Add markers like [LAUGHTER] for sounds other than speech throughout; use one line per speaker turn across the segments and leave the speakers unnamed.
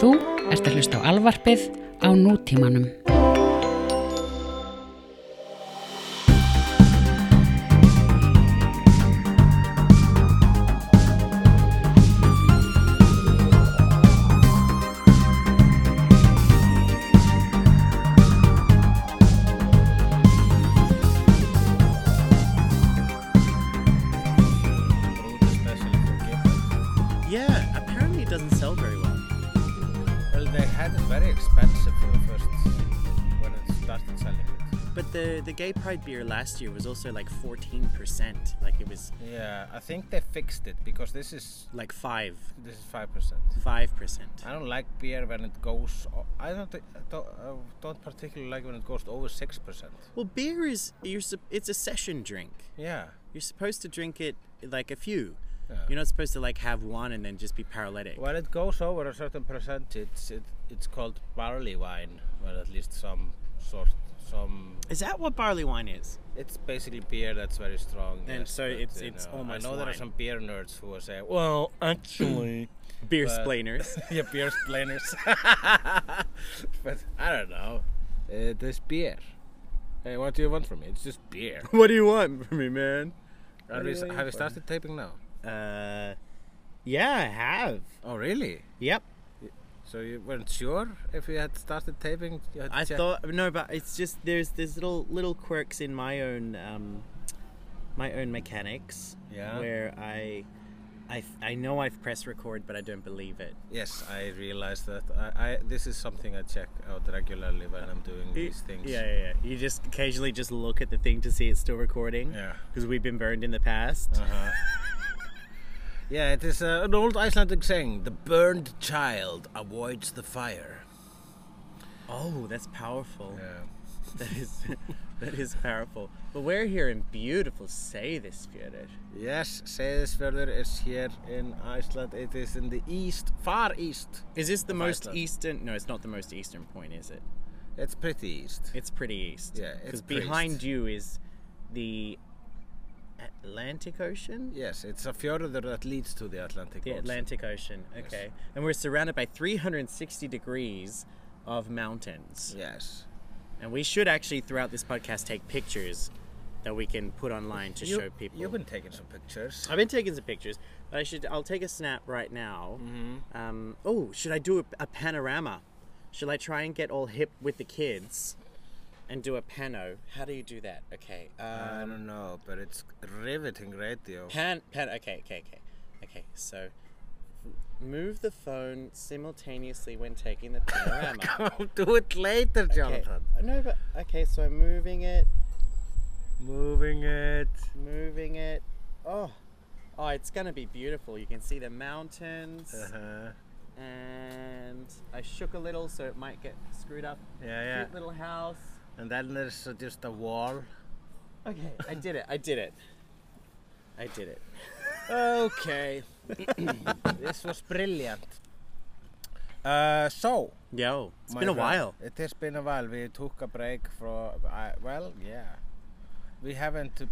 Þú ert að hlusta á alvarpið á nútímanum.
Old, especially for gay.
Yeah, apparently it doesn't sell very well.
Well, they had it very expensive for the first when it started selling it.
But the the gay pride beer last year was also like 14%. Like it was
Yeah, I think they fixed it because this is
like 5
this is five percent.
5%.
I don't like beer when it goes. o- I don't. thi- I don't, I don't particularly like when it goes over six percent.
Well, beer is you're sup- it's a session drink.
Yeah,
You're supposed to drink it like a few.
Yeah.
You're not supposed to like have one and then just be paralytic.
when it goes over a certain percentage, it, it's called barley wine. Well, at least some sort, some.
Is that what barley wine is?
It's basically beer that's very strong.
And so
but,
it's-
you
it's
know,
almost
I know there are
wine.
some beer nerds who will say, "Well, actually."
Beer
But-
splainers. [LAUGHS]
yeah, beer splainers. but I don't know. Uh, this beer. Hey, what do you want from me? It's just
[LAUGHS]
beer.
what do you want from me, man?
Are
do
we,
you want
have we
from
started taping now?
Uh Yeah, I have.
Oh, really?
Yep.
So you weren't sure if we had started taping? You had
I
checked-
thought no, but it's just there's there's little little quirks in my own um, my own mechanics
Yeah.
where I, I I know I've pressed record, but I don't believe it.
Yes, I realized that. I, I this is something I check out regularly when I'm doing these things.
Yeah, yeah, yeah. You just occasionally just look at the thing to see it's still recording.
Yeah.
Because we've been burned in the past.
Uh-huh. yeah, it is uh, an old Icelandic saying: "The burned child avoids the fire."
Oh, that's powerful.
Yeah.
[LAUGHS] That is [LAUGHS] that is powerful. But we're here in beautiful Seyðisfjörður.
Yes, Seyðisfjörður is here in Iceland. It is in the east, far east.
Is this the most
Iceland.
eastern? No, it's not the most eastern point, is it?
It's pretty east.
It's pretty east.
Yeah, it's pretty
behind
east.
you is the Atlantic Ocean.
Yes, it's a fjörður that leads to the Atlantic
The
Ocean.
Atlantic Ocean. Okay, and we're surrounded by 360 degrees of mountains,
Yes.
and we should actually throughout this podcast take pictures that we can put online to show people.
You've been taking some pictures.
I've been taking some pictures. But I should. I'll take a snap right now.
Mm-hmm.
Um, oh, should I do a, a panorama? Should I try and get all hip with the kids and do a pano? How do you do that? Okay.
I
Um,
don't know, but it's riveting radio.
pan pan. Okay, okay, okay, okay. So move the phone simultaneously when taking the
[LAUGHS]
panorama.
[LAUGHS] Do it later,
okay.
Jonathan.
No, but okay. So I'm moving it,
Moving it.
moving it. Oh, oh, it's gonna be beautiful. You can see the mountains.
Uh-huh.
and I shook a little, so it might get screwed up.
Yeah, yeah.
Cute little house.
And then there's uh, just a wall.
Okay, I did it. I did it. I did
[LAUGHS]
it.
Okay. this was brilliant. Uh, so,
Yo, it's
my
been a
friend.
while.
It has been a while. We took a break for, I well, yeah. We haven't, uh,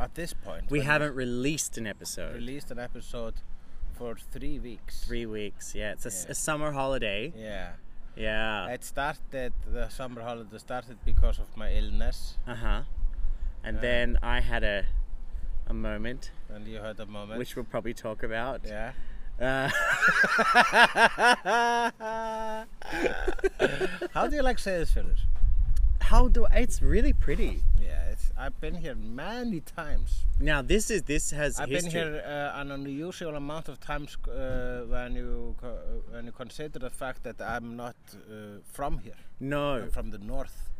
at this point,
We
when
haven't released an episode.
released an episode for three weeks.
Three weeks. Yeah, it's a, s-
Yeah.
a summer holiday.
Yeah.
Yeah.
It started, the summer holiday started because of my illness,
Uh huh. And then I had a a moment,
and you had a moment.
which we'll probably talk about.
Yeah.
Uh, [LAUGHS]
How do you like Seyðisfjörður?
how do I? It's really pretty.
Yeah, it's, I've been here many times.
Now this is this has
I've
history.
been here uh, an unusual amount of times uh, when you co- uh, when you consider the fact that I'm not uh, from here.
No.
I'm from the north.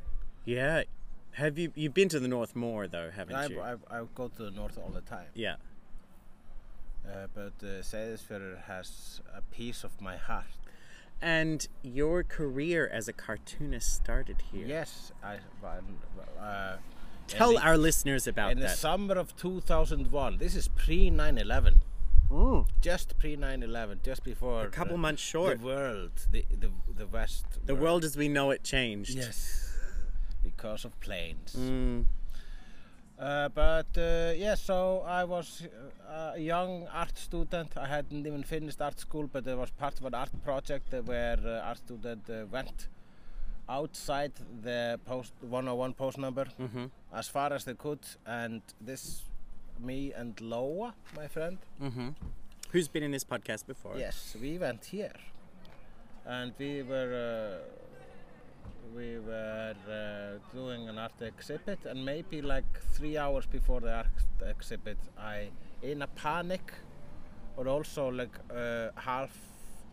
Yeah. Have you you've been to the north more though, haven't
I,
you?
I, I go to the north all the time.
yeah.
Uh, but uh, Seyðisfjörður has a piece of my heart.
And your career as a cartoonist started here.
Yes, I. Uh,
Tell
in the,
our listeners about
in the
that.
summer of 2001. This is pre 9/11.
Mm.
Just pre 9/11. Just before.
A couple
uh,
months short.
The world, the the, the West.
The world as we know it changed.
Yes. Because of planes.
Mm.
Uh, but uh, yeah, so I was uh, a young art student. I hadn't even finished art school, but it was part of an art project uh, where uh, art student uh, went outside the post 101 post number as far as they could. And this, me and Loa, my friend,
Mm-hmm. Who's been in this podcast before?
Yes, we went here, and we were uh, we were uh, doing an art exhibit, and maybe like three hours before the art exhibit, I in a panic, or also like uh, half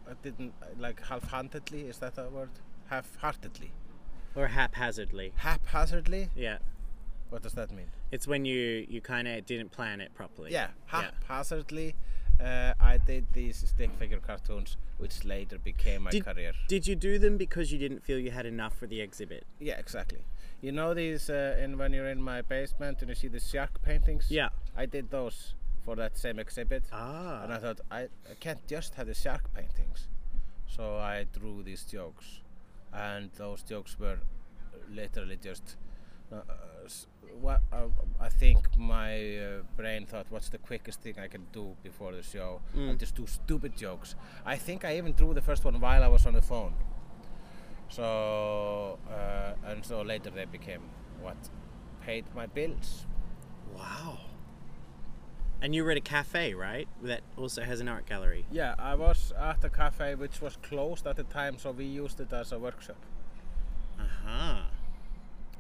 I didn't like half-handedly is that a word? Half-heartedly,
Or haphazardly.
haphazardly.
Yeah.
What does that mean?
It's when you you kind of didn't plan it properly.
Yeah, haphazardly. Uh, I did these stick figure cartoons, which later became my
Did,
career.
did you do them because you didn't feel you had enough for the exhibit?
Yeah, exactly. You know these, uh, and when you're in my basement and you see the shark paintings?
Yeah.
I did those for that same exhibit.
Ah.
And I thought, I, I can't just have the shark paintings. So I drew these jokes. And those jokes were literally just. Uh, s- what, uh, I think my uh, brain thought, what's the quickest thing I can do before the show? I'll just do stupid jokes. I think I even drew the first one while I was on the phone. So uh, and so later they became what paid my bills.
Wow. And you were at a cafe, right? That also has an art gallery.
Yeah, I was at a cafe which was closed at the time, so we used it as a workshop.
Uh-huh.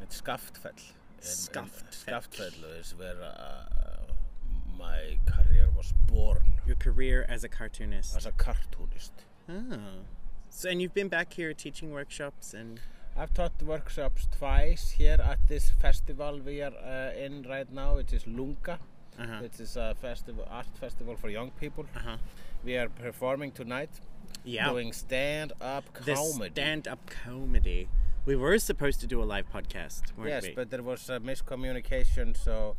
It's Skaftfell. In- in-
Skaftfell.
Skaftfell is where uh, my career was born
Your career as a cartoonist.
as a cartoonist.
Oh. So, and you've been back here teaching workshops and
I've taught workshops twice here at this festival we are uh, in right now, which is Lunga.
Uh-huh.
It is a festival, art festival for young people.
Uh-huh.
We are performing tonight.
yeah,
doing stand up
the
comedy.
stand-up comedy. We were supposed to do a live podcast, weren't
yes,
we?
but there was a miscommunication, so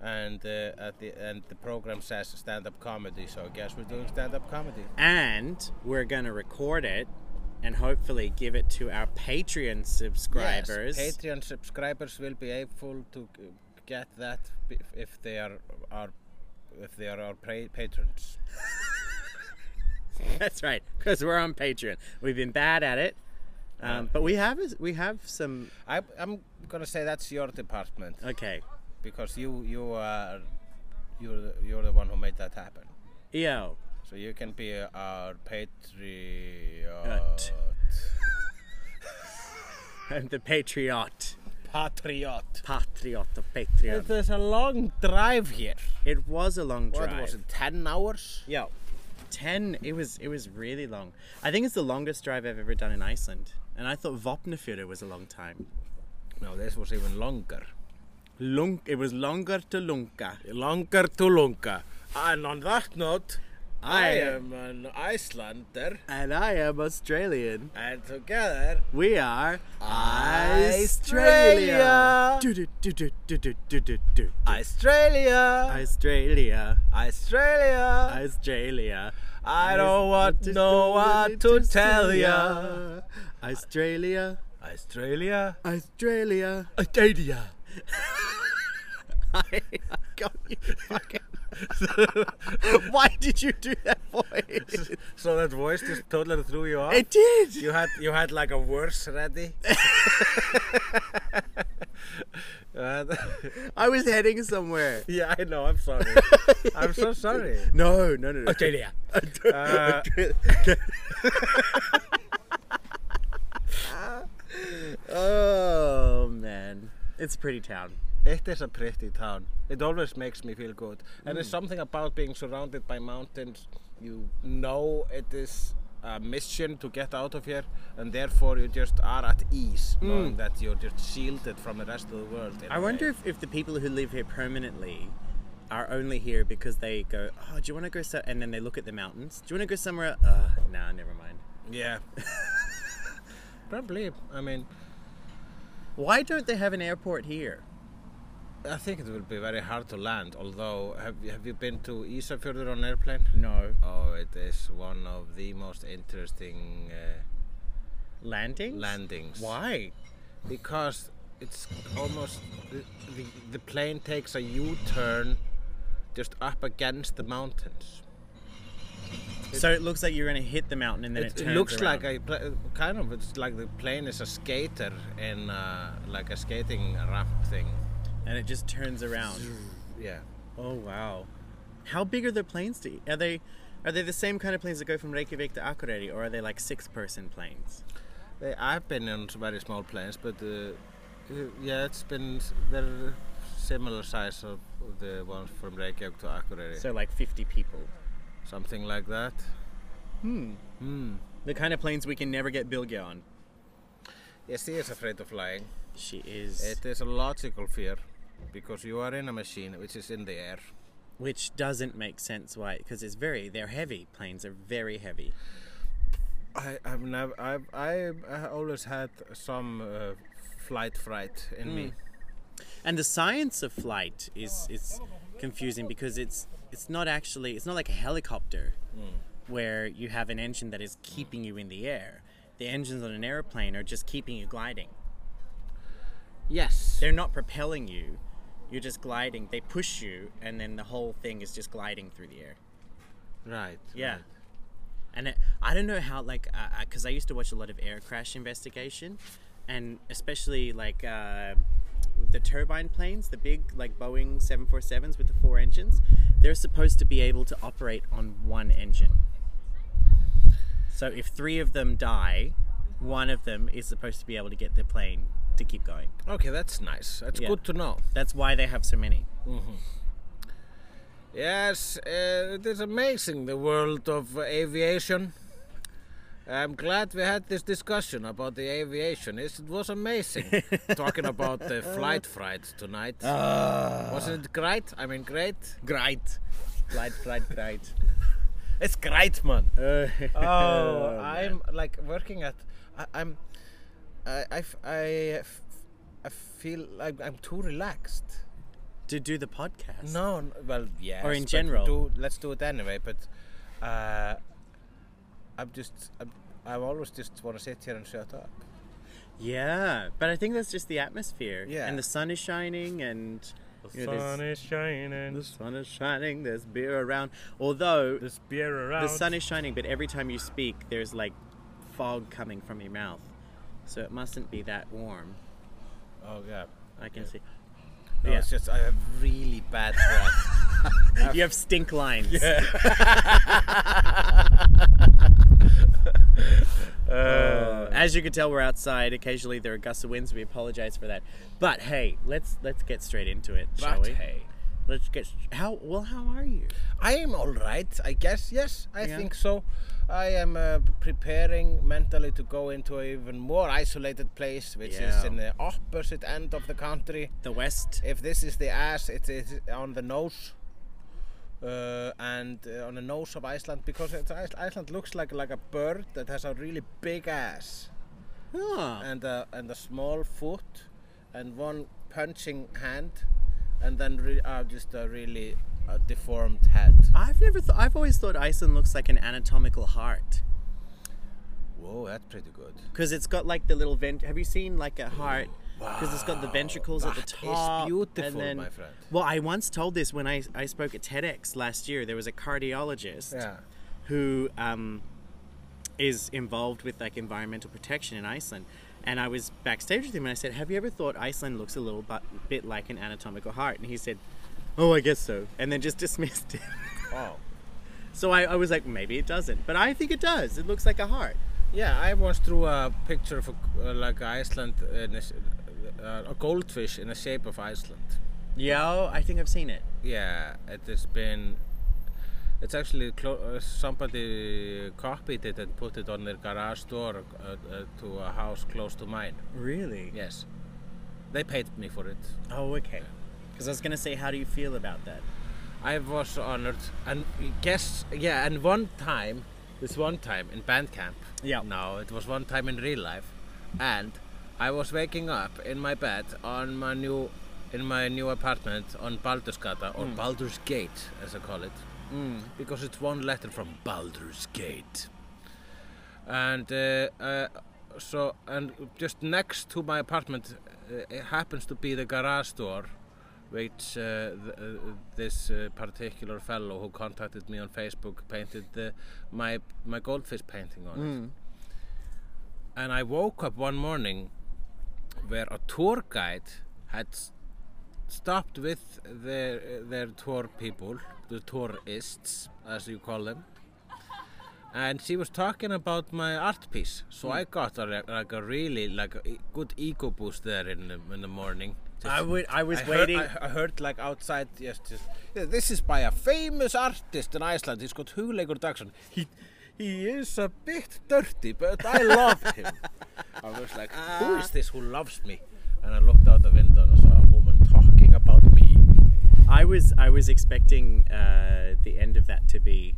and uh, at the end the program says stand up comedy, so I guess we're doing stand up comedy.
and we're gonna record it and hopefully give it to our Patreon subscribers.
Yes, Patreon subscribers will be able to g- get that b- if they are our if they are our pra- patrons.
[LAUGHS] That's right, because we're on Patreon. We've been bad at it, um, but we have we have some.
I, I'm gonna say that's your department
Okay,
because you you are you're the- you're the one who made that happen.
yo, [LAUGHS]
So you can be our patriot.
Ut. I'm the patriot,
Patriot.
patriot of Patreon.
There's a long drive here.
It was a long drive.
What was it? Ten hours?
Yo, ten. It was it was really long. I think it's the longest drive I've ever done in Iceland, and I thought Vopnafjörður was a long time.
No, this was even longer.
Lung. It was longer to Lunka.
Longer to Lunga. And on that note, I,
I-
am an Icelander,
And I am Australian.
and together
We are
Australia.
Do-do-do-do-do-do-do-do.
Australia,
Australia.
Australia.
Australia.
I don't want to know what to tell ya.
Australia.
Australia, [LAUGHS]
Australia.
Australia.
[LAUGHS] I got you [LAUGHS] fucking. Why did you do that voice?
So that voice just totally threw you off.
It did.
you had you had like a worse ready. [LAUGHS] Uh,
I was heading somewhere.
yeah, I know. I'm
[LAUGHS]
sorry. I'm so sorry.
No, no, no, no.
Australia.
[LAUGHS] Uh, oh man, it's a pretty town.
It is a pretty town. It always makes me feel good. And
Mm.
there's something about being surrounded by mountains. You know it is a mission to get out of here, and therefore you just are at ease, knowing that you're just shielded from the rest of the world. in
Mm. I
a
wonder
way.
if, if the people who live here permanently are only here because they go, oh, do you want to go? So-? And then they look at the mountains. Do you want to go somewhere? Uh, nah, never mind. [LAUGHS]
Yeah. Probably. I mean,
Why don't they have an airport here?
I think it will be very hard to land. Although, have you, have you been to Isafjordur on airplane?
No
Oh, it is one of the most interesting uh,
landings.
landings.
Why?
Because it's almost the, the, the plane takes a U-turn just up against the mountains.
so it looks like you're going to hit the mountain and then it,
It,
turns
looks
around.
like a pla- kind of it's like the plane is a skater in uh, like a skating ramp thing.
and it just turns around.
Yeah.
Oh wow! How big are the planes? To are they are they the same kind of planes that go from Reykjavik to Akureyri, or are they like six person planes?
They, I've been on very small planes, but uh, uh, yeah, it's been s- they're similar size of the ones from Reykjavik to Akureyri,
So like fifty people.
something like that.
The kind of planes we can never get Bilge on.
Yes, he is afraid of flying.
She is,
It is a logical fear because you are in a machine which is in the air.
which doesn't make sense why, because it's very they're heavy. Planes are very heavy.
I, I've never, I've, I've uh, always had some uh, flight fright in me.
and the science of flight is is confusing because it's it's not actually it's not like a helicopter where you have an engine that is keeping you in the air the engines on an airplane are just keeping you gliding
Yes.
they're not propelling you you're just gliding they push you and then the whole thing is just gliding through the air
Right.
yeah
right.
and it, i don't know how like because i used to watch a lot of air crash investigation and especially like uh, the turbine planes the big like boeing 747s with the four engines they're supposed to be able to operate on one engine so if three of them die one of them is supposed to be able to get the plane to keep going
Okay, that's nice. That's
Yeah.
good to know.
that's why they have so many
Yes, uh, it is amazing the world of uh, aviation. I'm glad we had this discussion about the aviation. It's- It was [LAUGHS] amazing talking about the flight fright tonight. Wasn't it great? I mean, Ah. great.
great great great great
It's great, man.
oh,
[LAUGHS] Oh,
man.
I'm like working at. I, I'm. I, I, f- I f- I feel like I'm too relaxed.
to do the podcast
No, n- well, yes.
Or in
but
general.
do- let's do it anyway. But uh, I'm just. I'm, I always just want to sit here and shut up.
Yeah, but I think that's just the atmosphere.
Yeah.
And the sun is shining, and
The
you know, there's-
sun is shining.
the sun is shining. There's beer around. Although
There's beer around.
the sun is shining, but every time you speak, there's like fog coming from your mouth, so it mustn't be that warm.
Oh yeah.
I can see.
No,
Yeah.
it's just I have really bad
[LAUGHS]
breath.
You have stink lines. [LAUGHS]
[LAUGHS]
Uh, as you can tell, we're outside. Occasionally, there are gusts of winds. We apologize for that. But hey, let's let's get straight into it, shall
But
we?
hey.
Let's get how well. How are you?
I am all right, I guess. Yes, I
Yeah.
think so. I am uh, preparing mentally to go into an even more isolated place, which is
Yeah.
in the opposite end of the country.
The West.
If this is the ass, it is on the nose, uh, and uh, on the nose of Iceland, because it's, Ice- Iceland looks like like a bird that has a really big ass
Huh.
and a and a small foot, and one punching hand, and then re- uh, just a really uh, deformed head.
I've never. Th- I've always thought Iceland looks like an anatomical heart
Whoa, that's pretty good.
because it's got like the little vent. Have you seen like a heart? Because it's got the ventricles at the
that is
top. and
beautiful,
then-
my friend.
Well, I once told this when I, I spoke at TEDx last year. There was a cardiologist
Yeah.
who um, is involved with like environmental protection in Iceland. And I was backstage with him and I said, Have you ever thought Iceland looks a little bu- bit like an anatomical heart? And he said, Oh, I guess so. And then just [LAUGHS] dismissed it.
Oh.
So I, I was like, maybe it doesn't, but I think it does. It looks like a heart.
Yeah, I once drew a picture of a, uh, like Iceland, in a, s- uh, a goldfish in the shape of Iceland.
Yeah, I think I've seen it.
Yeah, it has been. It's actually clo- uh, somebody copied it and put it on their garage door uh, uh, to a house close to mine.
Really?
Yes, they paid me for it.
Oh, okay. Because I was gonna say, how do you feel about that?
I was honored, and guess yeah. And one time, this one time in band camp.
Yeah.
No, it was one time in real life, and I was waking up in my bed on my new, in my new apartment on Baldursgata or Baldur's Gate, as I call it,
Mm.
because it's one letter from Baldur's Gate. And uh, uh, so and just next to my apartment uh, it happens to be the garage door which uh, th- uh, this uh, particular fellow who contacted me on Facebook painted the, my my goldfish painting on it and I woke up one morning where a tour guide had s- stopped with their their tour people, the tourists as you call them, and she was talking about my art piece. So I got a, re- like a really like a e- good ego boost there in the, in the morning.
I
Just-
would. I was
I
waiting.
Heard, I, I heard like outside, yes, just, "Yeah, this is by a famous artist in Iceland. He's got Hugleikur Dagsson. He, he is a bit dirty, but I loved him. I was like, who is this who loves me? And I looked out the window and I saw a woman talking about me.
I was I was expecting uh, the end of that to be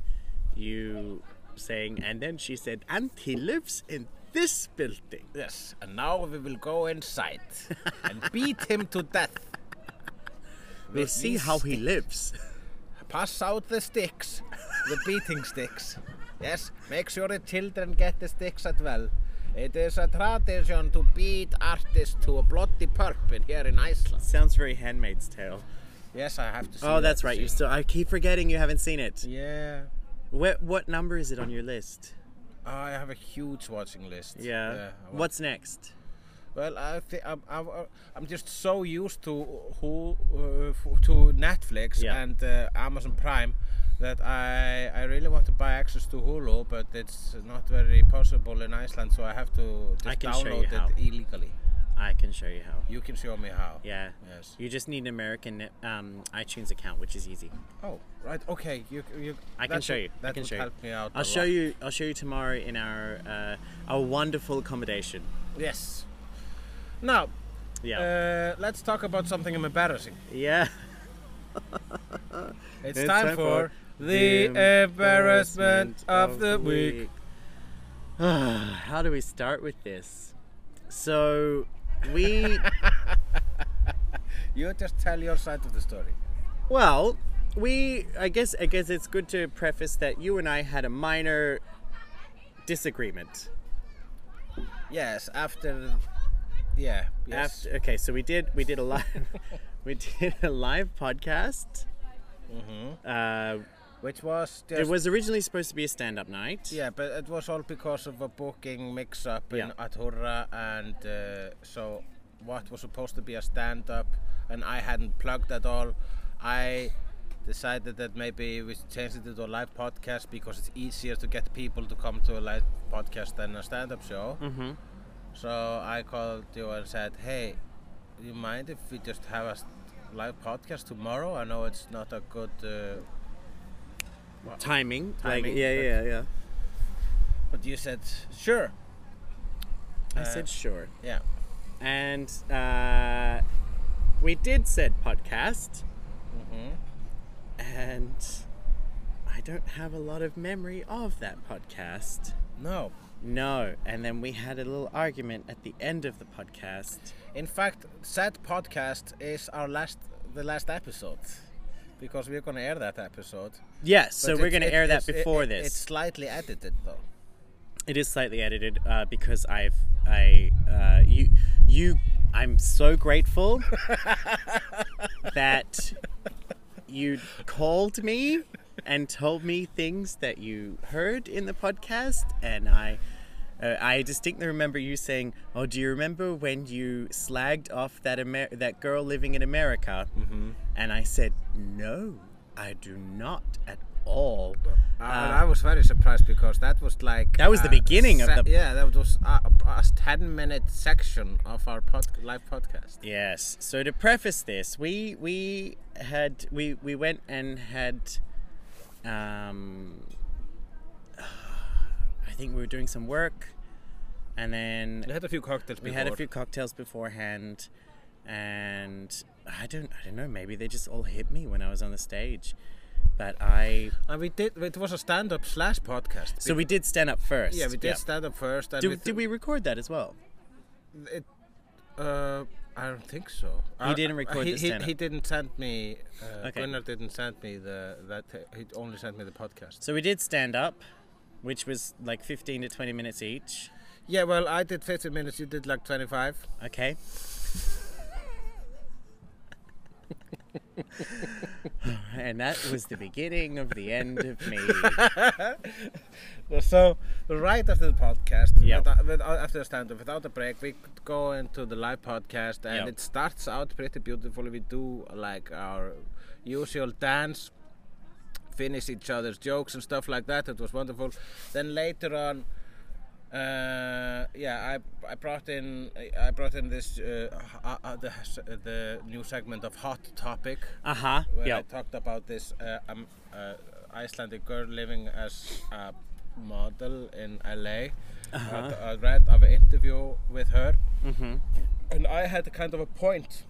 you saying, and then she said, "And he lives in this building."
Yes, and now we will go inside and beat him to death.
We'll
With
see
these
how he lives.
pass out the sticks, the beating sticks. Yes, make sure the children get the sticks as well. It is a tradition to beat artists to a bloody pulp in- here in Iceland.
[LAUGHS] Sounds very Handmaid's Tale.
Yes, I have to. See
Oh,
that
that's right.
scene.
You still. I keep forgetting you haven't seen it.
Yeah,
What what number is it on your list?
Oh, I have a huge watching list.
Yeah.
I wa-
What's next?
Well, I thi- I'm, I'm, uh, I'm just so used to who uh, f- to Netflix
Yeah.
and uh, Amazon Prime that I I really want to buy access to Hulu, but it's not very possible in Iceland, so I have to just
I can show you
download it
how.
illegally.
I can show you how.
You can show me how.
Yeah.
Yes.
You just need an American net- um, iTunes account, which is easy.
Oh, right. Okay. You. you
I can
that
show
would-
you.
That
I can
would
show
help
you.
me out.
I'll
a
show
lot.
you. I'll show you tomorrow in our uh, our wonderful accommodation.
Yes. Now,
Yeah.
uh, let's talk about something embarrassing.
yeah.
It's, time, for the embarrassment of the week.
[SIGHS] How do we start with this? So
[LAUGHS]
we
You just tell your side of the story.
well, we I guess I guess it's good to preface that you and I had a minor disagreement.
Yes, after. Yeah. Yes.
After, okay, so we did we did a live [LAUGHS] we did a live podcast. Uh,
Which was just.
it was originally supposed to be a stand-up night.
Yeah, but it was all because of a booking mix up in
Yeah.
Atura, and uh, so what was supposed to be a stand up, and I hadn't plugged at all. I decided that maybe we should change it to a live podcast because it's easier to get people to come to a live podcast than a stand up show. Mm-hmm. So I called you and said, hey, do you mind if we just have a s- live podcast tomorrow? I know it's not a good. Uh,
Timing. Like,
Timing,
yeah,
but-
yeah, yeah.
but you said, sure.
I
Uh,
said sure.
Yeah.
and uh, we did said podcast
Mm-hmm.
and i don't have a lot of memory of that podcast
No.
no and then we had a little argument at the end of the podcast
In fact, said podcast is our last, the last episode, because we're going to air that episode.
yes so
But
we're
it-
going
it-
to air that
it's- it-
before
it-
this
It's slightly edited though.
It is slightly edited uh, because I've I uh, you you I'm so grateful that you called me and told me things that you heard in the podcast, and I uh, I distinctly remember you saying, "Oh, do you remember when you slagged off that Amer- that girl living in America?" Mm-hmm. And I said, "No, I do not at all."
and I was very surprised because that was like
Uh, That was the beginning of the-
yeah that was a, a ten minute section of our pod, live podcast.
Yes. So to preface this, we we had we we went and had um [SIGHS] I think we were doing some work and then
We had a few cocktails.
we had a few cocktails beforehand and I don't I don't know, maybe they just all hit me when I was on the stage. But I
and we did. It was a stand up slash podcast.
so we did stand up first.
yeah, we did stand up first. And
Did,
we
did we record that as well?
It, uh, I don't think so.
He
I-
didn't record
he,
the
he,
stand-up.
he didn't send me. Uh,
Okay.
Gunnar didn't send me the that. He only sent me the podcast.
So we did stand up, which was like 15 to 20 minutes each.
Yeah, well, I did 50 minutes, you did like 25.
Okay. [LAUGHS] and that was the beginning of the end of
[LAUGHS]
me.
So, right after the podcast,
Yeah.
without, without, after the stand up, without a break, we go into the live podcast and
Yeah.
it starts out pretty beautifully. We do like our usual dance, finish each other's jokes and stuff like that. It was wonderful. Then later on, uh, yeah, I, I brought in I brought in this uh, uh, uh, the, the new segment of hot topic
Uh huh.
where
Yeah.
I talked about this uh, um, uh, Icelandic girl living as a model in LA. uh I, read of an interview with her, and I had a kind of a point.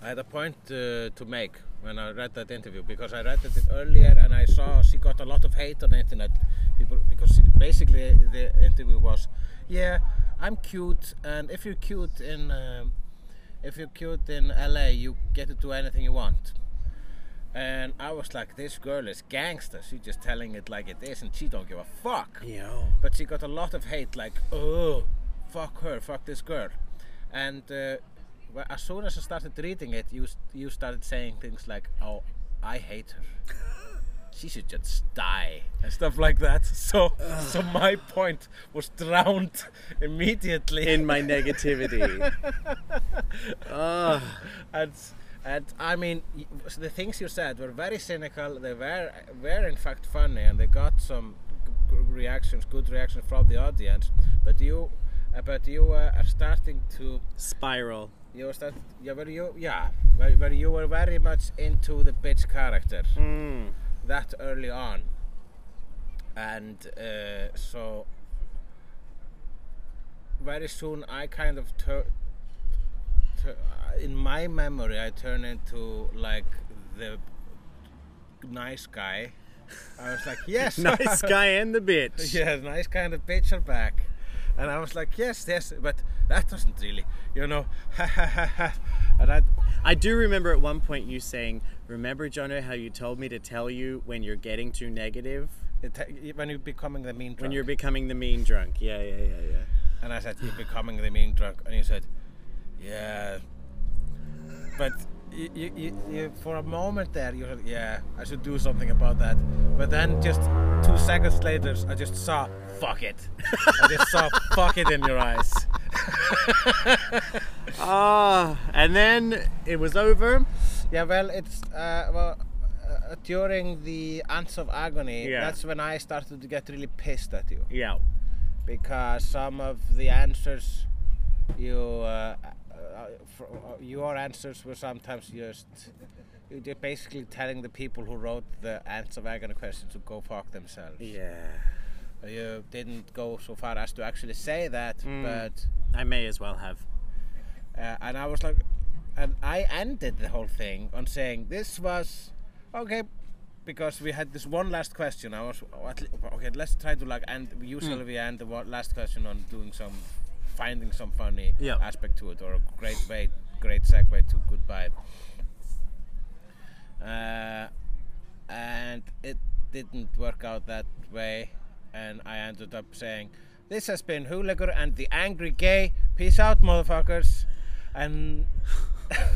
I had a point uh, to make when I read that interview because I read it earlier and I saw she got a lot of hate on the internet. People because she- basically the interview was, yeah, I'm cute and if you're cute in um, if you're cute in LA, you get to do anything you want. And I was like, this girl is gangster. She's just telling it like it is, and she don't give a fuck.
Yo.
But she got a lot of hate, like, oh, fuck her, fuck this girl. And uh, well, as soon as I started reading it, you s- you started saying things like, oh, I hate her. [LAUGHS] She should just die and stuff like that. So, so my point was drowned [LAUGHS] immediately
In my negativity.
[LAUGHS] and and I mean y- the things you said were very cynical. They were were in fact funny, and they got some g- g- reactions, good reactions from the audience. But you, uh, but you uh, are starting to
Spiral.
[LAUGHS] you were start yeah, where you yeah where, where you were very much into the bitch character that early on, and uh, so very soon I kind of tur- tur- in my memory I turned into like the nice guy. I was like yes
Nice guy and the [LAUGHS]
[LAUGHS]
bitch.
yeah, nice kind of picture back. And I was like, yes, yes, but that wasn't really, you know. [LAUGHS] and I,
I do remember at one point you saying, Remember, Jono, how you told me to tell you when you're getting too negative?
it, when you're becoming the mean drunk.
When you're becoming the mean drunk. Yeah, yeah, yeah, yeah.
and I said, you're becoming the mean drunk. And you said, yeah. But you, you, you, you, for a moment there, you said, yeah, I should do something about that. But then just two seconds later, I just saw, fuck it. [LAUGHS] I just saw, fuck it in your eyes.
Ah, and then it was over.
Yeah, well, it's uh, well uh, during the ants of agony.
Yeah.
That's when I started to get really pissed at you
Yeah.
because some of the answers you uh, uh, fr- uh, your answers were sometimes just you're basically telling the people who wrote the ants of agony question to go fuck themselves.
Yeah. Mm.
You didn't go so far as to actually say that, but
I may as well have.
uh, and I was like, and I ended the whole thing on saying this was okay because we had this one last question. I was oh, at le- okay. Let's try to like end. Usually we end the one last question on doing some, finding some funny
Yeah.
aspect to it or a great way, great segue to goodbye. Uh, and it didn't work out that way, and I ended up saying, "This has been Hooligur and the Angry Gay. Peace out, motherfuckers." And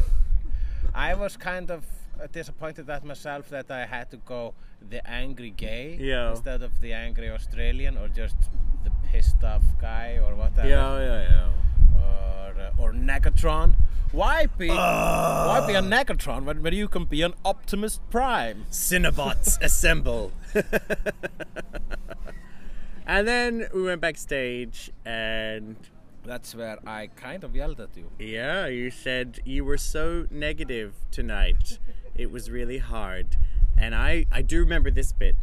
[LAUGHS] I was kind of disappointed at myself that I had to go the angry gay
Yeah.
instead of the angry Australian or just the pissed off guy or whatever
yeah,
or uh, or Negatron. Why be
Ah.
why be a Negatron when, when you can be an Optimus Prime?
[LAUGHS] Cinnabots assemble. and then we went backstage, and
That's where I kind of yelled at you.
yeah, you said you were so negative tonight. It was really hard. And I, I do remember this bit.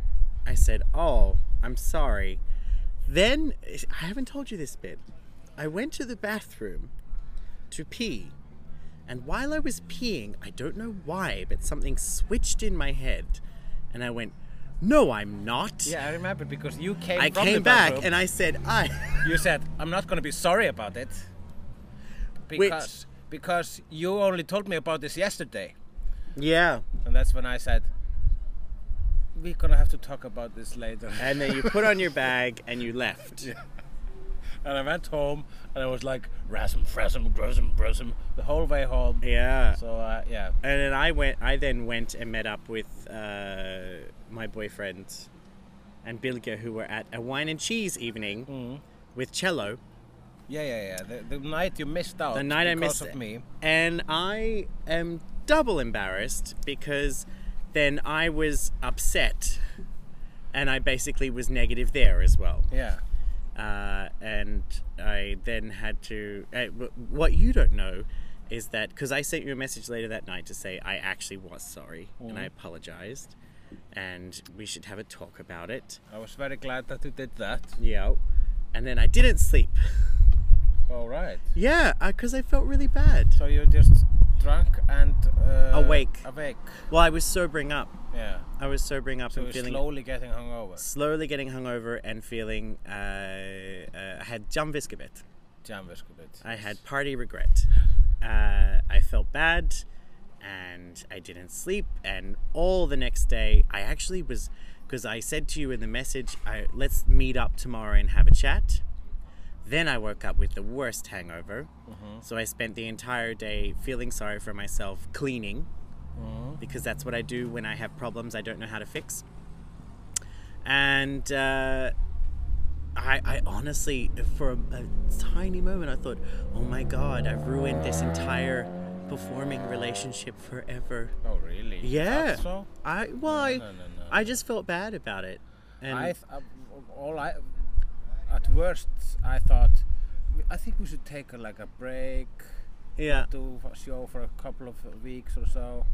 I said, Oh, I'm sorry. Then, I haven't told you this bit. I went to the bathroom to pee. And while I was peeing, I don't know why, but something switched in my head. And I went, No, I'm not.
Yeah, I remember because you came.
I
from the
came back
bathroom.
and I said, I.
[LAUGHS] you said I'm not going to be sorry about it because because you only told me about this yesterday,
[LAUGHS] yeah.
and that's when I said
[LAUGHS]
we're gonna have to talk about this later. [LAUGHS]
And then you put on your bag and you left.
And I went home and I was like, rasm, frasm, grusm, brusm, the whole way home.
Yeah.
So, uh, yeah.
And then I went. I then went and met up with uh, my boyfriend and Bilge, who were at a wine and cheese evening
Mm.
with Cello.
Yeah, yeah, yeah. The, the night you missed out.
The night I
because
missed
of
it.
me.
and I am double embarrassed because then I was upset, and I basically was negative there as well.
Yeah.
uh, and I then had to. Uh, w- what you don't know is that because I sent you a message later that night to say I actually was sorry and I apologized, and we should have a talk about it.
I was very glad that you did that.
Yeah, and then I didn't sleep. [LAUGHS]
All right.
yeah, because I felt really bad.
So you just drunk and uh,
Awake.
Awake.
Well, I was sobering up.
Yeah.
I was sobering up
So
and
you're
feeling
slowly getting hungover.
slowly getting hungover and feeling uh, uh, I had jamviskabet.
Jam was good.
I had party regret. Uh, I felt bad and I didn't sleep. And all the next day, I actually was, because I said to you in the message, I, let's meet up tomorrow and have a chat. Then I woke up with the worst hangover. So I spent the entire day feeling sorry for myself, cleaning, because that's what I do when I have problems I don't know how to fix. And uh, I, I honestly, for a, a tiny moment, I thought, oh my god, I've ruined this entire performing relationship forever.
Oh really? You
Yeah.
thought So
I well, I,
no, no, no.
I just felt bad about it. And
I, th- uh, all I, at worst, I thought, I think we should take a, like a break,
yeah,
do a show for a couple of weeks or so.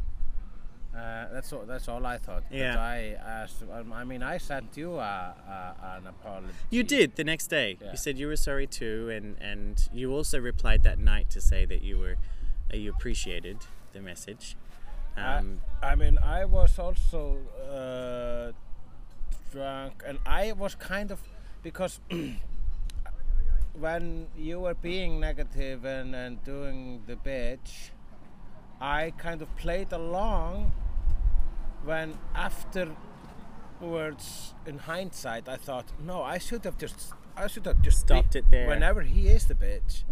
Uh, that's all. That's all I thought.
Yeah.
But I asked. um, I mean, I sent you a, a, an apology.
you did the next day.
Yeah.
You said you were sorry too, and and you also replied that night to say that you were, uh, you appreciated the message. Um,
I, I mean, I was also uh, drunk, and I was kind of because [CLEARS THROAT] when you were being negative and, and doing the bitch, I kind of played along. When afterwards, in hindsight, I thought, no, I should have just. I should have just be-
Stopped it there.
Whenever he is the bitch,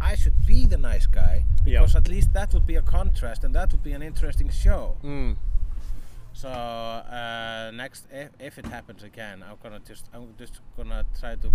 I should be the nice guy
Yeah.
because at least that would be a contrast and that would be an interesting show. So uh, next, if, if it happens again, I'm gonna just I'm just gonna try to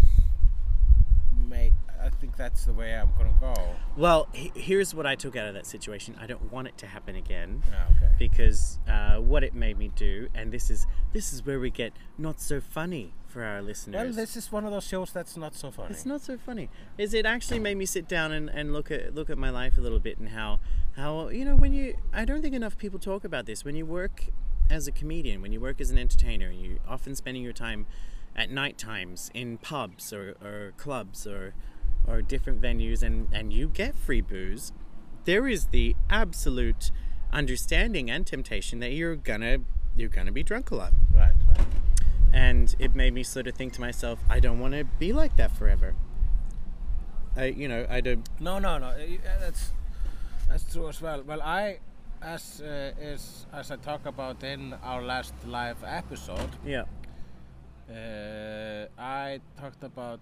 make. I think that's the way I'm gonna go.
well, he, here's what I took out of that situation. I don't want it to happen again.
Yeah, okay.
because uh, what it made me do, and this is this is where we get not so funny for our listeners.
Well, this is one of those shows that's not so funny.
it's not so funny. Is it actually made me sit down and, and look at look at my life a little bit and how how you know when you I don't think enough people talk about this when you work as a comedian when you work as an entertainer you often spending your time at night times in pubs or, or clubs or or different venues and and you get free booze there is the absolute understanding and temptation that you're gonna you're gonna be drunk a lot
Right, right.
and it made me sort of think to myself, I don't want to be like that forever. I, you know, I don't.
No, no, no. uh, you- uh, That's that's true as well. Well, I, as uh, is as I talk about in our last live episode,
Yeah.
Uh, I talked about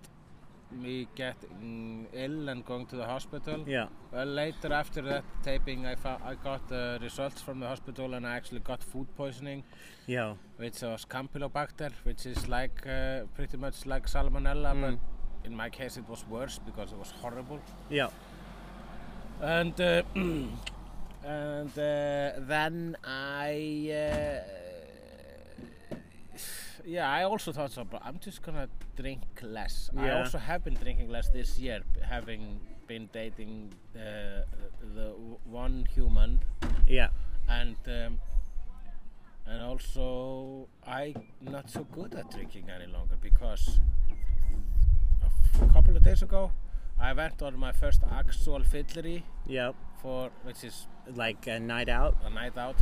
me getting ill and going to the hospital.
Yeah.
Well, later after that taping, I found, I got the results from the hospital and I actually got food poisoning,
Yeah.
which was Campylobacter, which is like uh, pretty much like Salmonella, but in my case it was worse because it was horrible.
Yeah.
And uh, [CLEARS THROAT] and uh, then I uh, yeah I also thought so, but I'm just gonna drink less. I
Yeah.
also have been drinking less this year, b- having been dating uh, the w- one human,
Yeah.
and um, and also I'm not so good at drinking any longer because a f- couple of days ago I went on my first actual fiddlery
Yeah.
for which is
Like a night out.
a night out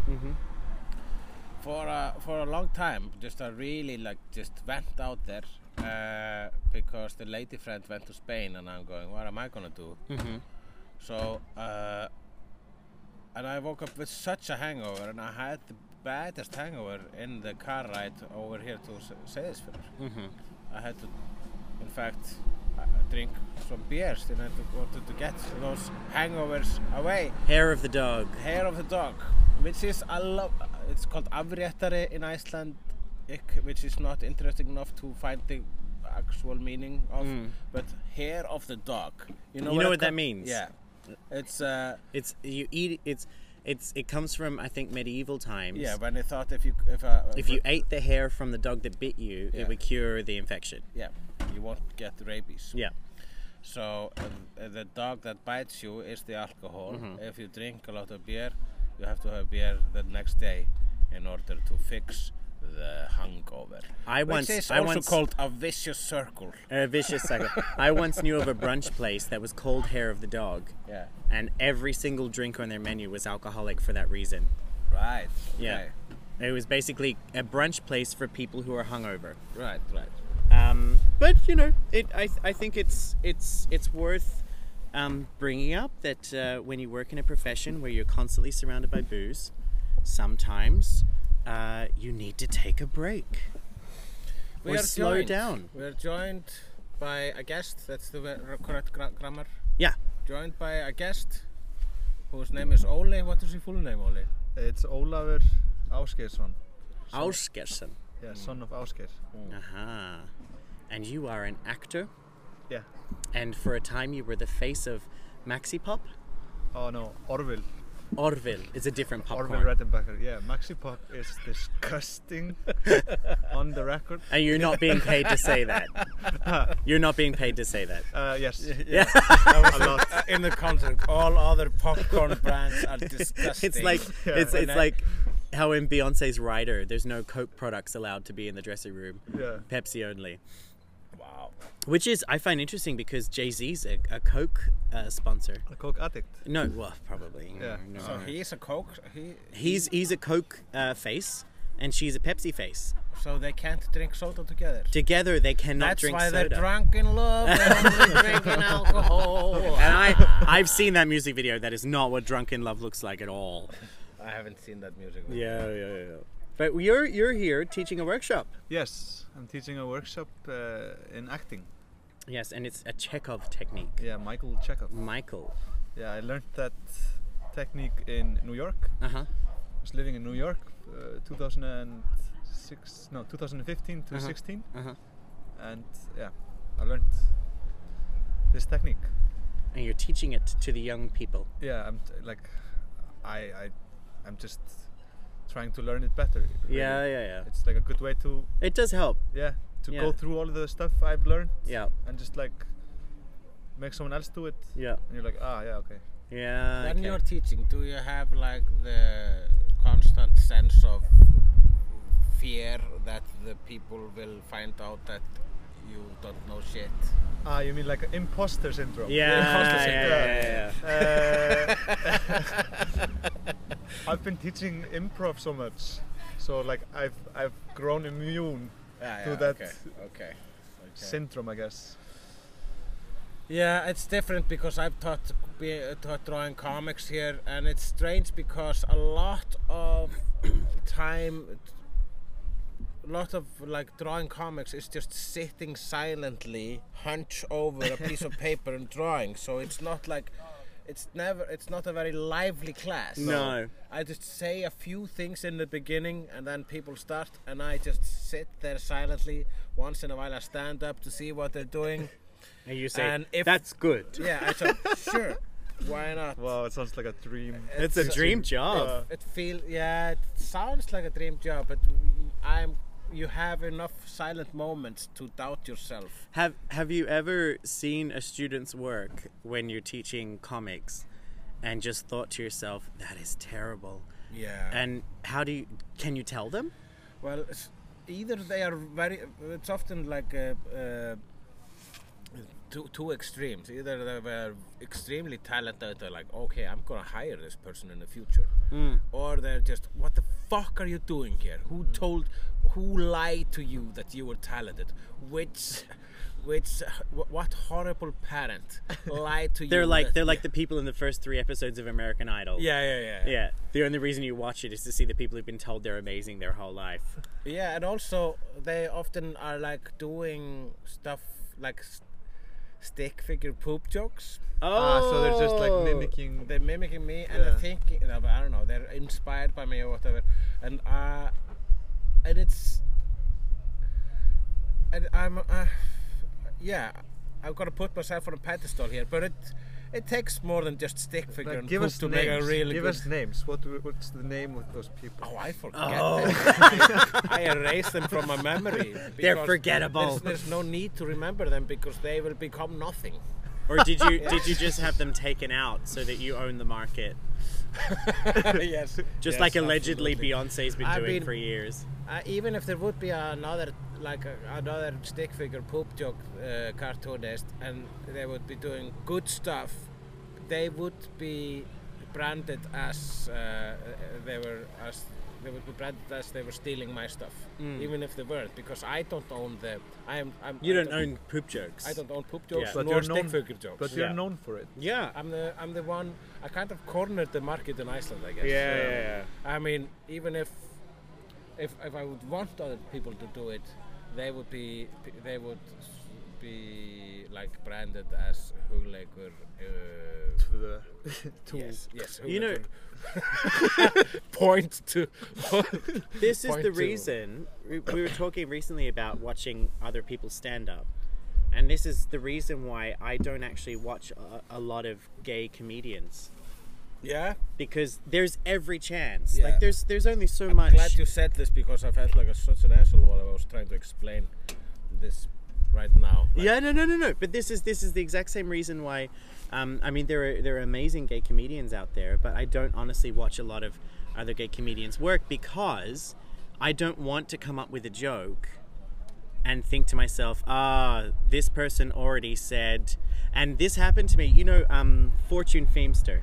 for a, for a long time just I really like just went out there uh, because the lady friend went to Spain and I'm going what am I gonna do so uh, and I woke up with such a hangover and I had the baddest hangover in the car ride over here to S- Seyðisfjörður I had to in fact I- drink some beers in order to get those hangovers away.
Hair of the dog.
Hair of the dog, which is I love. It's called Avréttari in Iceland, ik- which is not interesting enough to find the actual meaning of. But hair of the dog. You know,
Hmm. You
where it
know what that
com-
means?
Yeah, it's uh,
It's you eat it's it's it comes from I think medieval times.
yeah. When they thought if you if uh,
If you ate the hair from the dog that bit you,
Yeah.
it would cure the infection.
yeah, you won't get rabies.
Yeah.
So uh, uh, the dog that bites you is the alcohol.
Mm-hmm.
If you drink a lot of beer, you have to have beer the next day in order to fix the hangover.
I
Which
once-
is
I
also
once-
called a vicious circle.
A vicious cycle. I once knew of a brunch place that was called Hair of the Dog.
Yeah.
And every single drink on their menu was alcoholic for that reason.
Right.
Yeah. It was basically a brunch place for people who are hungover.
okay, Right. Right.
Um, but you know, it. I, I think it's it's it's worth um, bringing up that uh, when you work in a profession where you're constantly surrounded by booze, sometimes uh, you need to take a break. Or slow
joined-
down.
We are joined by a guest. That's the ver- correct gra- grammar.
Yeah.
Joined by a guest whose name is Ole. What is his full name, Ole?
It's Ólafur Áskeirsson.
Ausgersen.
Yeah, son of Áskeir.
Aha. Uh-huh. And you are an actor,
Yeah.
and for a time you were the face of Maxi Pop.
Oh no, Orville.
Orville is a different popcorn.
Orville Redenbacher. Yeah, Maxi Pop is
[LAUGHS]
disgusting on the record.
and you're not being paid to say that.
[LAUGHS]
You're not being paid to say that.
Uh, yes.
Yeah.
that was a lot.
in the contract, all other popcorn brands are disgusting.
[LAUGHS] It's like
Yeah.
it's
When
it's
I-
like how in Beyonce's Rider, there's no Coke products allowed to be in the dressing room.
Yeah.
Pepsi only,
wow.
which is I find interesting because Jay Z's a, a Coke uh, sponsor.
A coke addict.
No, well, probably.
Yeah.
No.
So he is a coke. He
he's he's a Coke uh, face, and she's a Pepsi face.
so they can't drink soda together.
Together, they cannot
That's
drink
why
soda.
they're drunk in love. They're
[LAUGHS]
only drinking alcohol.
And
[LAUGHS]
I I've seen that music video. That is not what drunken love looks like at all.
I haven't seen that music. video.
Yeah, yeah, yeah. But you're you're here teaching a workshop.
Yes, I'm teaching a workshop uh, in acting.
Yes, and it's a Chekhov technique.
Yeah, Michael Chekhov.
Michael.
Yeah, I learned that technique in New York.
Uh huh.
I was living in New York, uh, 2006, no, 2015 to
Uh-huh.
16,
Uh huh.
and yeah, I learned this technique.
and you're teaching it to the young people.
yeah i'm t- like i i i'm just trying to learn it better really.
Yeah, yeah, yeah.
it's like a good way to
It does help.
yeah to
Yeah.
go through all the stuff i've learned
Yeah,
and just like make someone else do it
yeah,
and you're like ah yeah okay
yeah.
When
okay.
you're teaching, do you have like the constant sense of fear that the people will find out that you don't know shit?
ah you mean like imposter syndrome
yeah, yeah,
imposter
yeah, yeah,
Uh, [LAUGHS] i've been teaching improv so much so like i've i've grown immune
Yeah,
to that
Okay. Okay. okay.
syndrome i guess
Yeah, it's different because I've taught, be, taught drawing comics here, and it's strange because a lot of [COUGHS] time, a lot of like drawing comics is just sitting silently, hunch over a piece of paper and drawing. So it's not like, it's never, it's not a very lively class.
No.
I just say a few things in the beginning and then people start and I just sit there silently. Once in a while I stand up to see what they're doing.
And you say
And if-
that's good.
Yeah, I thought, sure, why not?
wow it sounds like a dream
It's a dream job.
It feel yeah, it sounds like a dream job, but I'm you have enough silent moments to doubt yourself.
Have Have you ever seen a student's work when you're teaching comics, and just thought to yourself, "That is terrible."
Yeah.
And how do you? Can you tell them?
Well, it's- either they are very. It's often like uh, uh, two two extremes. Either they were extremely talented, they're like, okay, I'm gonna hire this person in the future,
Mm.
or they're just, what the fuck are you doing here? Who told? Who lied to you that you were talented? Which, which, wh- what horrible
[LAUGHS]
parent lied to you?
They're like
that-
they're like the people in the first three episodes of American Idol.
Yeah, yeah, yeah.
Yeah. The only reason you watch it is to see the people who've been told they're amazing their whole life.
Yeah, and also they often are like doing stuff like s- stick figure poop jokes.
Oh,
Ah, so they're just like mimicking.
They're mimicking me, and
Yeah.
I think no, but I don't know. They're inspired by me or whatever, and uh, and it's and I'm uh, yeah, I've got to put myself on a pedestal here, but it it takes more than just stick figure
Like,
and
give
poop
us
to
names.
make a really
give
good.
us names. What w- what's the name of those people?
Oh, I forget. Them.
[LAUGHS]
I erase them from my memory.
They're
because
forgettable.
There's, there's no need to remember them because they will become nothing.
Or did you did you just have them taken out so that you own the market?
yes.
Just
Yes,
like allegedly
absolutely.
Beyonce's been
I've
doing
been-
for years.
Uh, even if there would be another, like a, another stick figure poop joke uh, cartoonist, and they would be doing good stuff, they would be branded as uh, they were as they would be branded as they were stealing my stuff,
Hmm.
even if they weren't, because I don't own them. I am. I'm,
You
I
don't own poop jokes.
I don't own poop jokes
Yeah. But
nor stick figure jokes.
But you're
Yeah.
known for it.
Yeah, I'm the I'm the one. I kind of cornered the market in Iceland, I guess.
Yeah, yeah, yeah.
I mean, even if if if I would want other people to do it, they would be they would be like branded as hugleikur. Uh,
To the to
yes, yes.
You know-
hugleikur. [LAUGHS] point to.
This is
Point
the
two.
reason we, we were talking recently about watching other people stand up. And this is the reason why I don't actually watch a, a lot of gay comedians
yeah.
because there's every chance.
Yeah.
Like there's there's only so
I'm
much.
glad you said this because I felt like a, such an asshole while I was trying to explain this right now. Like,
yeah, no, no, no, no. But this is this is the exact same reason why. Um, I mean, there are there are amazing gay comedians out there, but I don't honestly watch a lot of other gay comedians' work because I don't want to come up with a joke and think to myself, ah, this person already said, and this happened to me. You know, um, Fortune Feimster.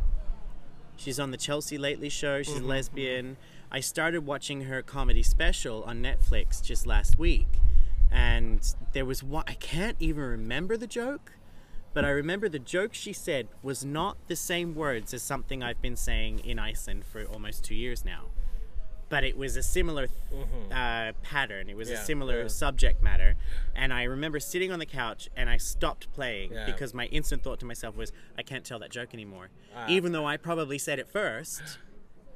She's on the Chelsea Lately show.
Mm-hmm.
She's a lesbian. I started watching her comedy special on Netflix just last week, and there was one I can't even remember the joke, but I remember the joke she said was not the same words as something I've been saying in Iceland for almost two years now. But it was a similar uh, pattern. It was a
Mm-hmm. Yeah,
similar
yeah.
subject matter, and I remember sitting on the couch and I stopped playing
Yeah.
because my instant thought to myself was, "I can't tell that joke anymore." Even though I probably said it first,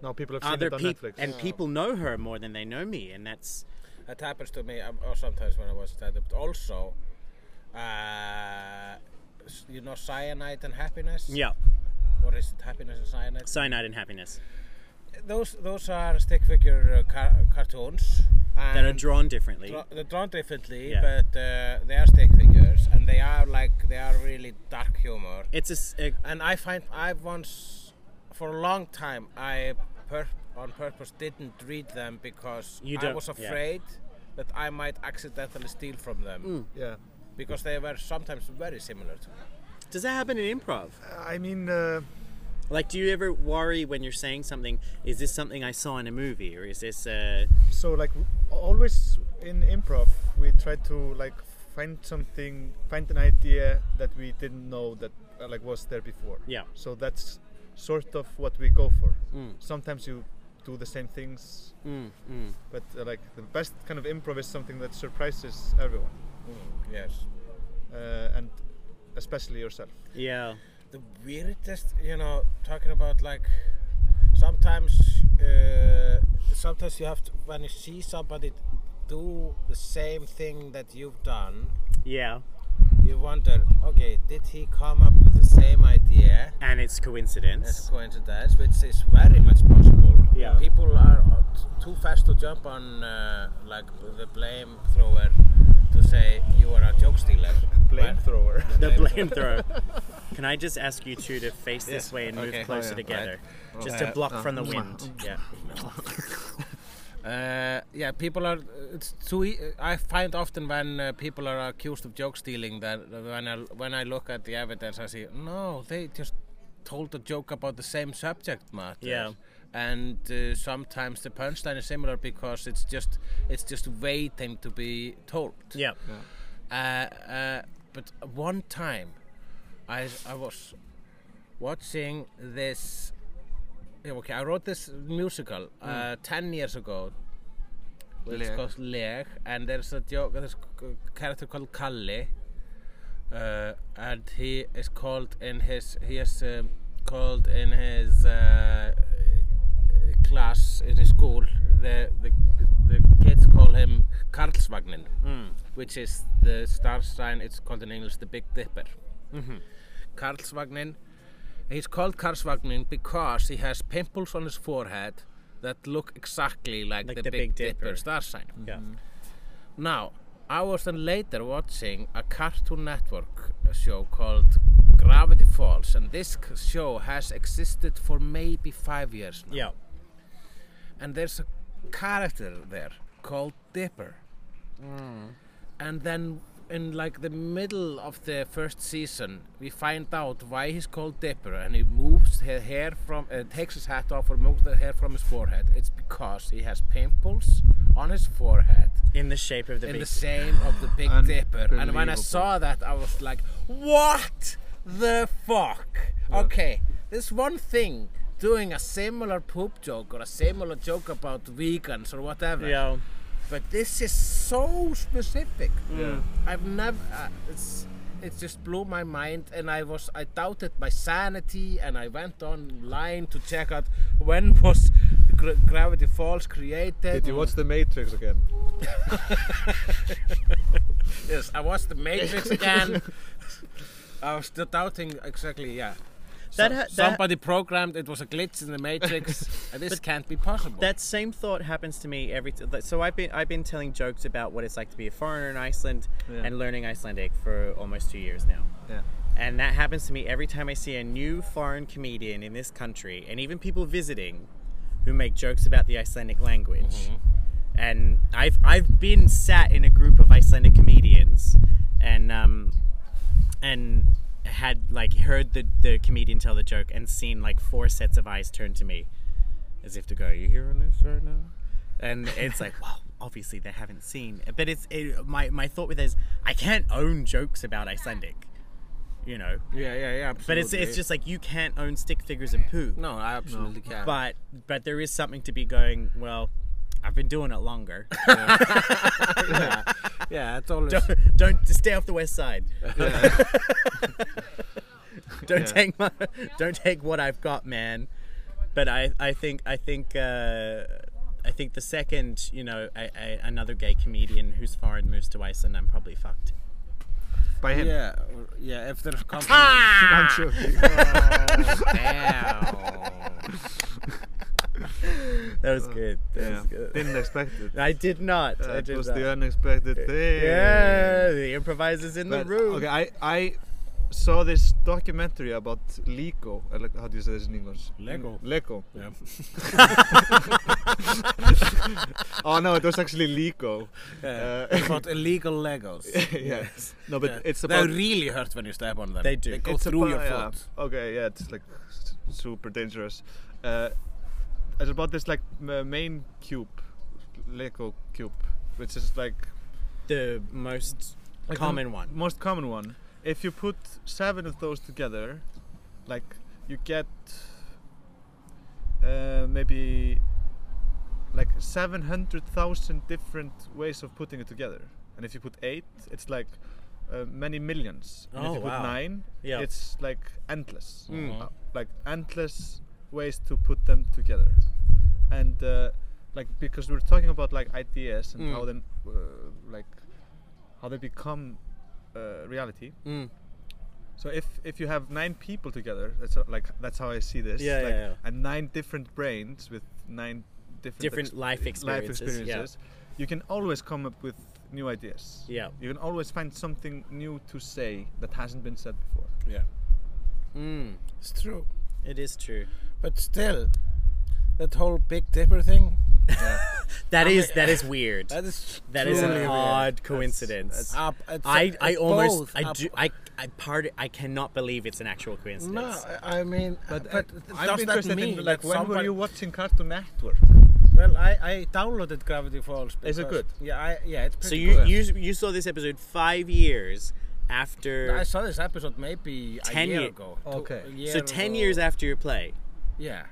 Now people have seen
other
it on
people
Netflix.
and people know her more than they know me, and that's
That happens to me um, or sometimes when I was stand up. Also, uh, s- you know, cyanide and happiness.
yeah,
Or is it happiness and cyanide?
cyanide and happiness
Those those are stick figure uh, car- cartoons. And
that are drawn differently.
dra- they're drawn differently,
Yeah.
but uh, they are stick figures, and they are like they are really dark humor.
it's a s- a,
And I find I've once, for a long time, I per- on purpose didn't read them because
You
I
don't-
was
yeah.
afraid that I might accidentally steal from them.
Mm.
Yeah.
because they were sometimes very similar to
does that happen in improv?
I mean, uh,
Like, do you ever worry when you're saying something? Is this something I saw in a movie, or is this? Uh,
so like always in improv, we try to like find something, find an idea that we didn't know that uh, like was there before.
Yeah. Mm.
So that's sort of what we go for. Sometimes you do the same things,
mm.
but uh, like the best kind of improv is something that surprises everyone,
yes
uh, and especially yourself.
yeah,
the weirdest you know talking about like sometimes uh, sometimes you have to when you see somebody do the same thing that you've done
yeah,
you wonder okay did he come up with the same idea
and it's
as
coincidence.
coincidence which is very much possible
Yeah.
people are uh, too fast to jump on uh, like the blame thrower to say you are a joke stealer But-
Flamethrower. [LAUGHS]
The
[LAUGHS]
blame throw. Can I just ask you two to face this way and move
Okay.
closer
Oh, yeah.
together, just
Uh,
to block from the
[LAUGHS]
wind? Yeah.
Uh, yeah, people are. It's too. e- I find often when uh, people are accused of joke stealing that when I when I look at the evidence, I see no, they just told a joke about the same subject matter.
Yeah.
And uh, sometimes the punchline is similar because it's just it's just waiting to be told.
Yeah.
Uh, uh, but one time, I I was watching this. yeah, Okay, I wrote this musical uh, ten years ago. It's
Leg.
called Leg, and there's a joke. There's a character called Kalle, uh, and and he is called in his he is um, called in his uh, class in his school. The the the kids call him Karlsvagnin, which is the star sign. It's called in English the Big Dipper. Karlsvagnin. He's called Karlsvagnin because he has pimples on his forehead that look exactly like,
Like
the,
the
Big,
Big
Dipper.
Dipper.
star sign.
Yeah.
Now, I was then later watching a Cartoon Network show called Gravity Falls, and this c- show has existed for maybe five years now.
Yeah.
And there's a character there called Dipper. And then, in like the middle of the first season, we find out why he's called Dipper, and he moves his hair from, uh, takes his hat off, or moves the hair from his forehead. It's because he has pimples on his forehead
In the shape of the
in
big
the same of the Big Dipper. And when I
Unbelievable.
saw that, I was like, what the fuck? Okay, this one thing doing a similar poop joke or a similar joke about vegans or whatever.
Yeah.
But this is so specific.
Yeah.
I've never. Uh, it's, it just blew my mind, and I was I doubted my sanity, and I went online to check out when was Gra- Gravity Falls created.
Did you watch The Matrix again?
Yes, I watched The
[LAUGHS]
Matrix again. I was still doubting exactly, yeah.
That
So-
ha- that-
somebody programmed it was a glitch in the
[LAUGHS]
Matrix, and this can't be possible.
That same thought happens to me every t- like, so I've been I've been telling jokes about what it's like to be a foreigner in Iceland and learning Icelandic for almost 2 years now.
Yeah.
And that happens to me every time I see a new foreign comedian in this country and even people visiting who make jokes about the Icelandic language. And I've I've been sat in a group of Icelandic comedians and um and had like heard the, the comedian tell the joke and seen like four sets of eyes turn to me as if to go, Are you hearing this right now? And it's like, well, obviously they haven't seen. But it's it, my my thought with it is I can't own jokes about Icelandic, you know.
yeah, yeah, yeah, absolutely.
But it's it's just like you can't own stick figures and poo.
No, I absolutely can't.
But but there is something to be going. Well, I've been doing it longer. [LAUGHS]
yeah, it's always.
don't, don't just stay off the west side. [LAUGHS] don't take my don't take what I've got, man. But I I think I think uh, I think the second you know a, a, another gay comedian who's foreign moves to Iceland, I'm probably fucked.
By him.
Yeah, or- yeah, if
[LAUGHS]
there's company.
Ah!
I'm joking.
Damn.
That was good. That
Uh, yeah.
was good.
Didn't expect it.
I did not. [LAUGHS] I
That
did
was
not.
the unexpected thing.
yeah, the improvisers in
But,
the room.
Okay, I I saw this documentary about Lego. uh, like, How do you say this in English? Mm.
Lego.
Lego.
[LAUGHS] Yeah.
Oh no, it was actually Lego.
Yeah.
Uh, [LAUGHS]
about illegal Legos.
[LAUGHS]
yes. No, but
Yeah.
it's
they
about
really hurt when you step on them.
They do.
They go
it's
through
about-
your
yeah.
foot.
Okay, yeah, it's like s- super dangerous. Uh, it's about this like m- main cube, Lego cube, which is like
the most
Like um, the
common one.
most common one. If you put seven of those together, like you get uh, maybe like seven hundred thousand different ways of putting it together. And if you put eight, it's like uh, many millions. And
Oh,
if you
wow.
put nine,
Yeah.
it's like endless,
Mm.
Mhm.
Uh, like endless ways to put them together. And uh, like because we're talking about like ideas and
Mm.
how them uh, like how they become uh, reality.
Mm.
So if if you have nine people together, that's how- like that's how I see this.
Yeah,
like,
yeah, yeah.
And nine different brains with nine different
Different life experiences, yeah.
You can always come up with new ideas.
Yeah.
You can always find something new to say that hasn't been said before.
Yeah. Hmm,
Mm,
It's true.
it is true.
But still, that whole Big Dipper thing,
That is that
[LAUGHS]
is weird.
that is.
That is
truly
an
weird.
odd coincidence.
that's-
Up, it's,
I, I
it's
almost
both
I
up-
do I I part I cannot believe it's an actual coincidence.
No, I I mean, but, but does
I'm
that
interested
mean
in like
that
when were
somebody-
you watching Cartoon Network?
Well, I, I downloaded Gravity Falls.
Is it
because-
good?
Yeah, I, yeah, it's
so
pretty
you,
good.
you you saw this episode five years after
I saw this episode maybe
10
a year
year-
ago. two-
Okay.
a year
so ten
ago.
years after your play.
Yeah.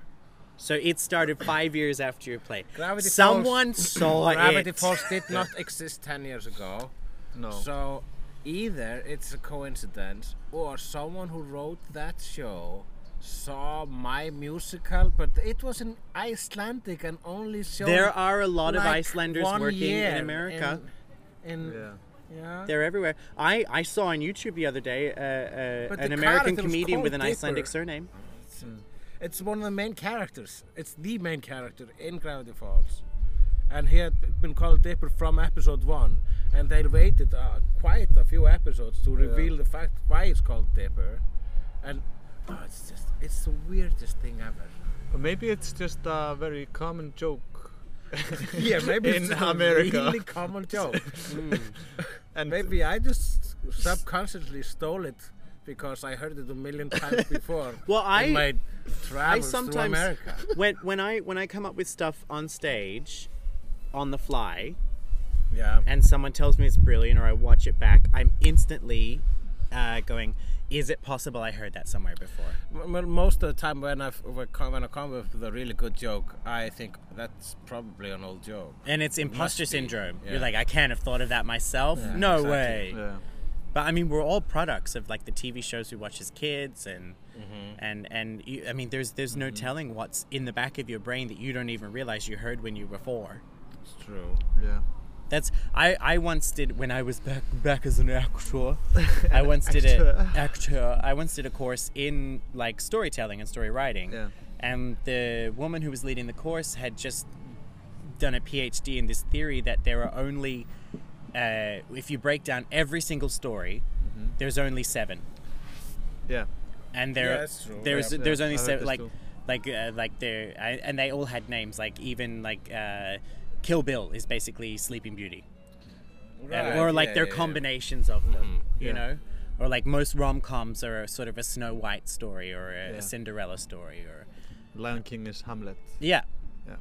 So it started five years after your play.
Gravity
Someone saw
Gravity
it.
Falls did not exist ten years ago.
No.
So either it's a coincidence or someone who wrote that show saw my musical, but it was an Icelandic and only show.
There are a lot of Icelanders working in America.
In, in-
Yeah.
yeah.
They're everywhere. I, I saw on YouTube the other day uh, uh,
But
an
the
American
character was
comedian
Cole
with an
Dipper.
Icelandic surname.
It's one of the main characters. It's the main character in Gravity Falls. And he had been called Dipper from episode one. And they waited uh, quite a few episodes to reveal the fact why it's called Dipper. And oh, it's just, it's the weirdest thing ever.
Or maybe it's just a very common joke.
[LAUGHS] Yeah, [LAUGHS] maybe
In
it's just a
America.
[LAUGHS] really common joke.
And
Hmm. maybe I just subconsciously stole it because I heard it a million [LAUGHS] times before.
Well, I-
in my
I
travels through
sometimes
America.
[LAUGHS] when when I when I come up with stuff on stage, on the fly,
Yeah.
and someone tells me it's brilliant or I watch it back, I'm instantly uh, going, "Is it possible I heard that somewhere before?"
M- m- most of the time when I when I come- when I come with a really good joke, I think that's probably an old joke.
And it's imposter
be,
syndrome.
yeah.
You're like, I can't have thought of that myself.
Yeah,
no
exactly.
way.
yeah.
But I mean, we're all products of like the TV shows we watch as kids, and and and you, I mean, there's there's no telling what's in the back of your brain that you don't even realize you heard when you were four.
It's true.
Yeah.
That's I, I once did when I was back back as an actor. I once did a actor. I once did a course in like storytelling and story writing.
Yeah.
And the woman who was leading the course had just done a PhD in this theory that there are only uh, if you break down every single story, there's only seven,
Yeah.
and there
Yeah, that's true.
there's
Yeah.
there's
Yeah,
only
I heard
seven
this
like
too.
like uh, like there I- and they all had names like even like uh, Kill Bill is basically Sleeping Beauty.
Right,
or like
yeah,
their
yeah, yeah.
combinations of them, you
Mm-hmm, Yeah.
know, or like most rom coms are a sort of a Snow White story or a,
Yeah.
a Cinderella story or
Lion King is Hamlet.
yeah,
Yeah.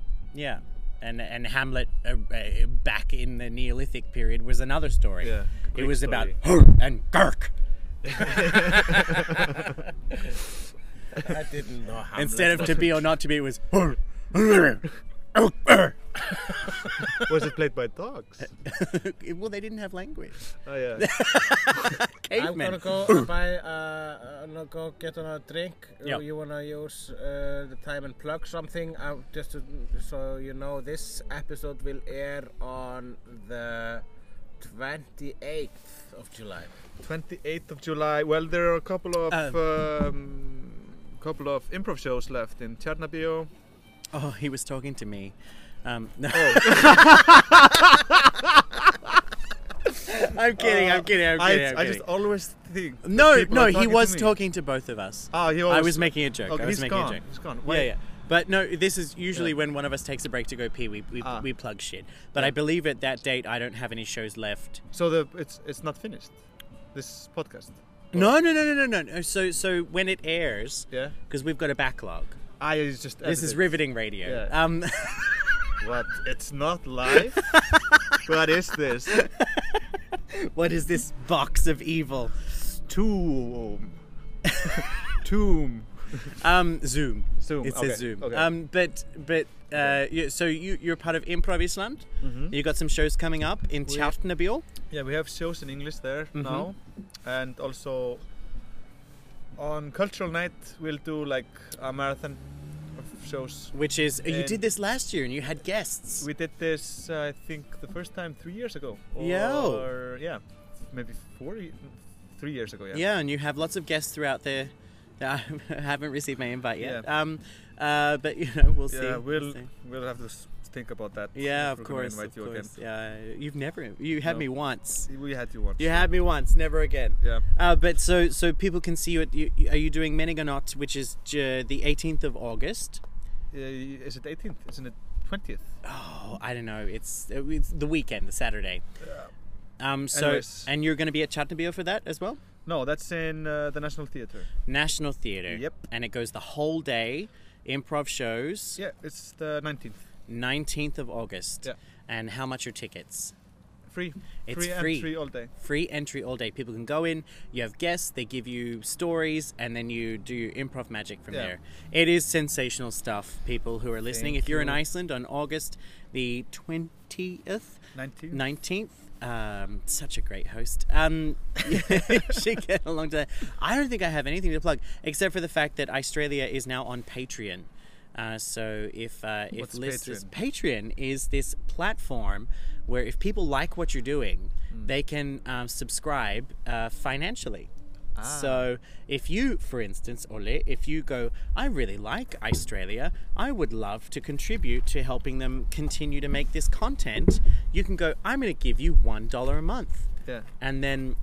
yeah, and and Hamlet uh, uh, back in the Neolithic period was another story.
Yeah,
it
Greek
was about
story.
her and Girk
I didn't know how.
[LAUGHS] instead of to be or not to be. It was
[LAUGHS]
Oh, her. her, her, her.
Was it played by
[LAUGHS] Uh,
dogs?
well, they didn't have language.
Oh yeah.
I'm gonna
Cavemen.
go
[LAUGHS]
uh, buy. Uh, I'm gonna go get another drink. Uh,
Yeah.
You wanna use uh, the time and plug something? Uh, just to, so you know, this episode will air on the 28th of July.
28th of July. Well, there are a couple of
Um.
um, couple of improv shows left in Chernobyl.
Oh, he was talking to me. Um, no. [LAUGHS] I'm kidding. I'm kidding. I'm kidding. I'm
Uh, I,
kidding.
I just always think. that
No,
people
no,
are
he
talking
was
to me.
talking to both of us.
Oh, he
I
always-
was making a joke.
Okay,
I was
he's
making
gone,
a joke.
he's gone.
Yeah,
Wait.
yeah. But no, this is usually
Yeah.
when one of us takes a break to go pee, we we,
Ah.
we plug shit. But I believe at that date I don't have any shows left.
So the it's it's not finished. This podcast.
No, no, no, no, no, no, no. So so when it airs,
Yeah.
because we've got a backlog.
I is just.
This is
edited.
riveting radio.
Yeah.
Um,
What? It's not
[LAUGHS]
live. what is this?
what is this box of evil?
Tomb. Tomb.
Um, Zoom.
Zoom,
It says
okay,
Zoom.
okay.
Um, but but uh, you, so you you're part of Improv Island. Mm-hmm. You got some shows coming up in Tjartnabil.
Yeah, we have shows in English there
Mm-hmm.
now, and also on cultural night we'll do like a marathon of shows.
which is you
And-
did this last year and you had guests.
We did this, I think, the first time three years ago. Or,
Yeah. oh.
yeah, maybe four, ye- three years ago. Yeah.
yeah, and you have lots of guests throughout the. that [LAUGHS] I haven't received my invite yet.
Yeah.
Um, uh, but you know we'll see.
Yeah, we'll
see.
we'll have to s- think about that.
Yeah,
if
of
we're gonna
course,
invite
of
you
course. Yeah, you've never you had
No.
me once.
Again. We had you once.
You had me once, never again.
Yeah.
Uh, but so so people can see you. At, you you- are you doing Meniganot, which is j- the 18th of August?
Uh, is it 18th? Isn't it 20th?
Oh, I don't know. It's it's the weekend, the Saturday. Um. So
Anyways.
and you're going to be at Chattanooga for that as well.
No, that's in uh, the National Theatre.
National Theatre.
Yep.
And it goes the whole day, improv shows,
Yeah, it's the 19th.
19th of August.
Yeah.
And how much are tickets?
Free.
It's
free,
free.
and free all day.
Free entry all day. People can go in, you have guests, they give you stories, and then you do your improv magic from
Yeah.
there. It is sensational stuff, people who are listening.
Thank
if you're in
you.
Iceland on August the 20th,
19th.
19th, um, such a great host. Um, [LAUGHS] she get along to that. I don't think I have anything to plug except for the fact that Australia is now on Patreon. Uh, so if uh, if
What's
listeners, Patreon is this platform where if people like what you're doing, they can um, subscribe uh, financially. So if you, for instance, Ole, if you go, I really like Australia, I would love to contribute to helping them continue to make this content, you can go, I'm going to give you $1 a month.
Yeah.
And then,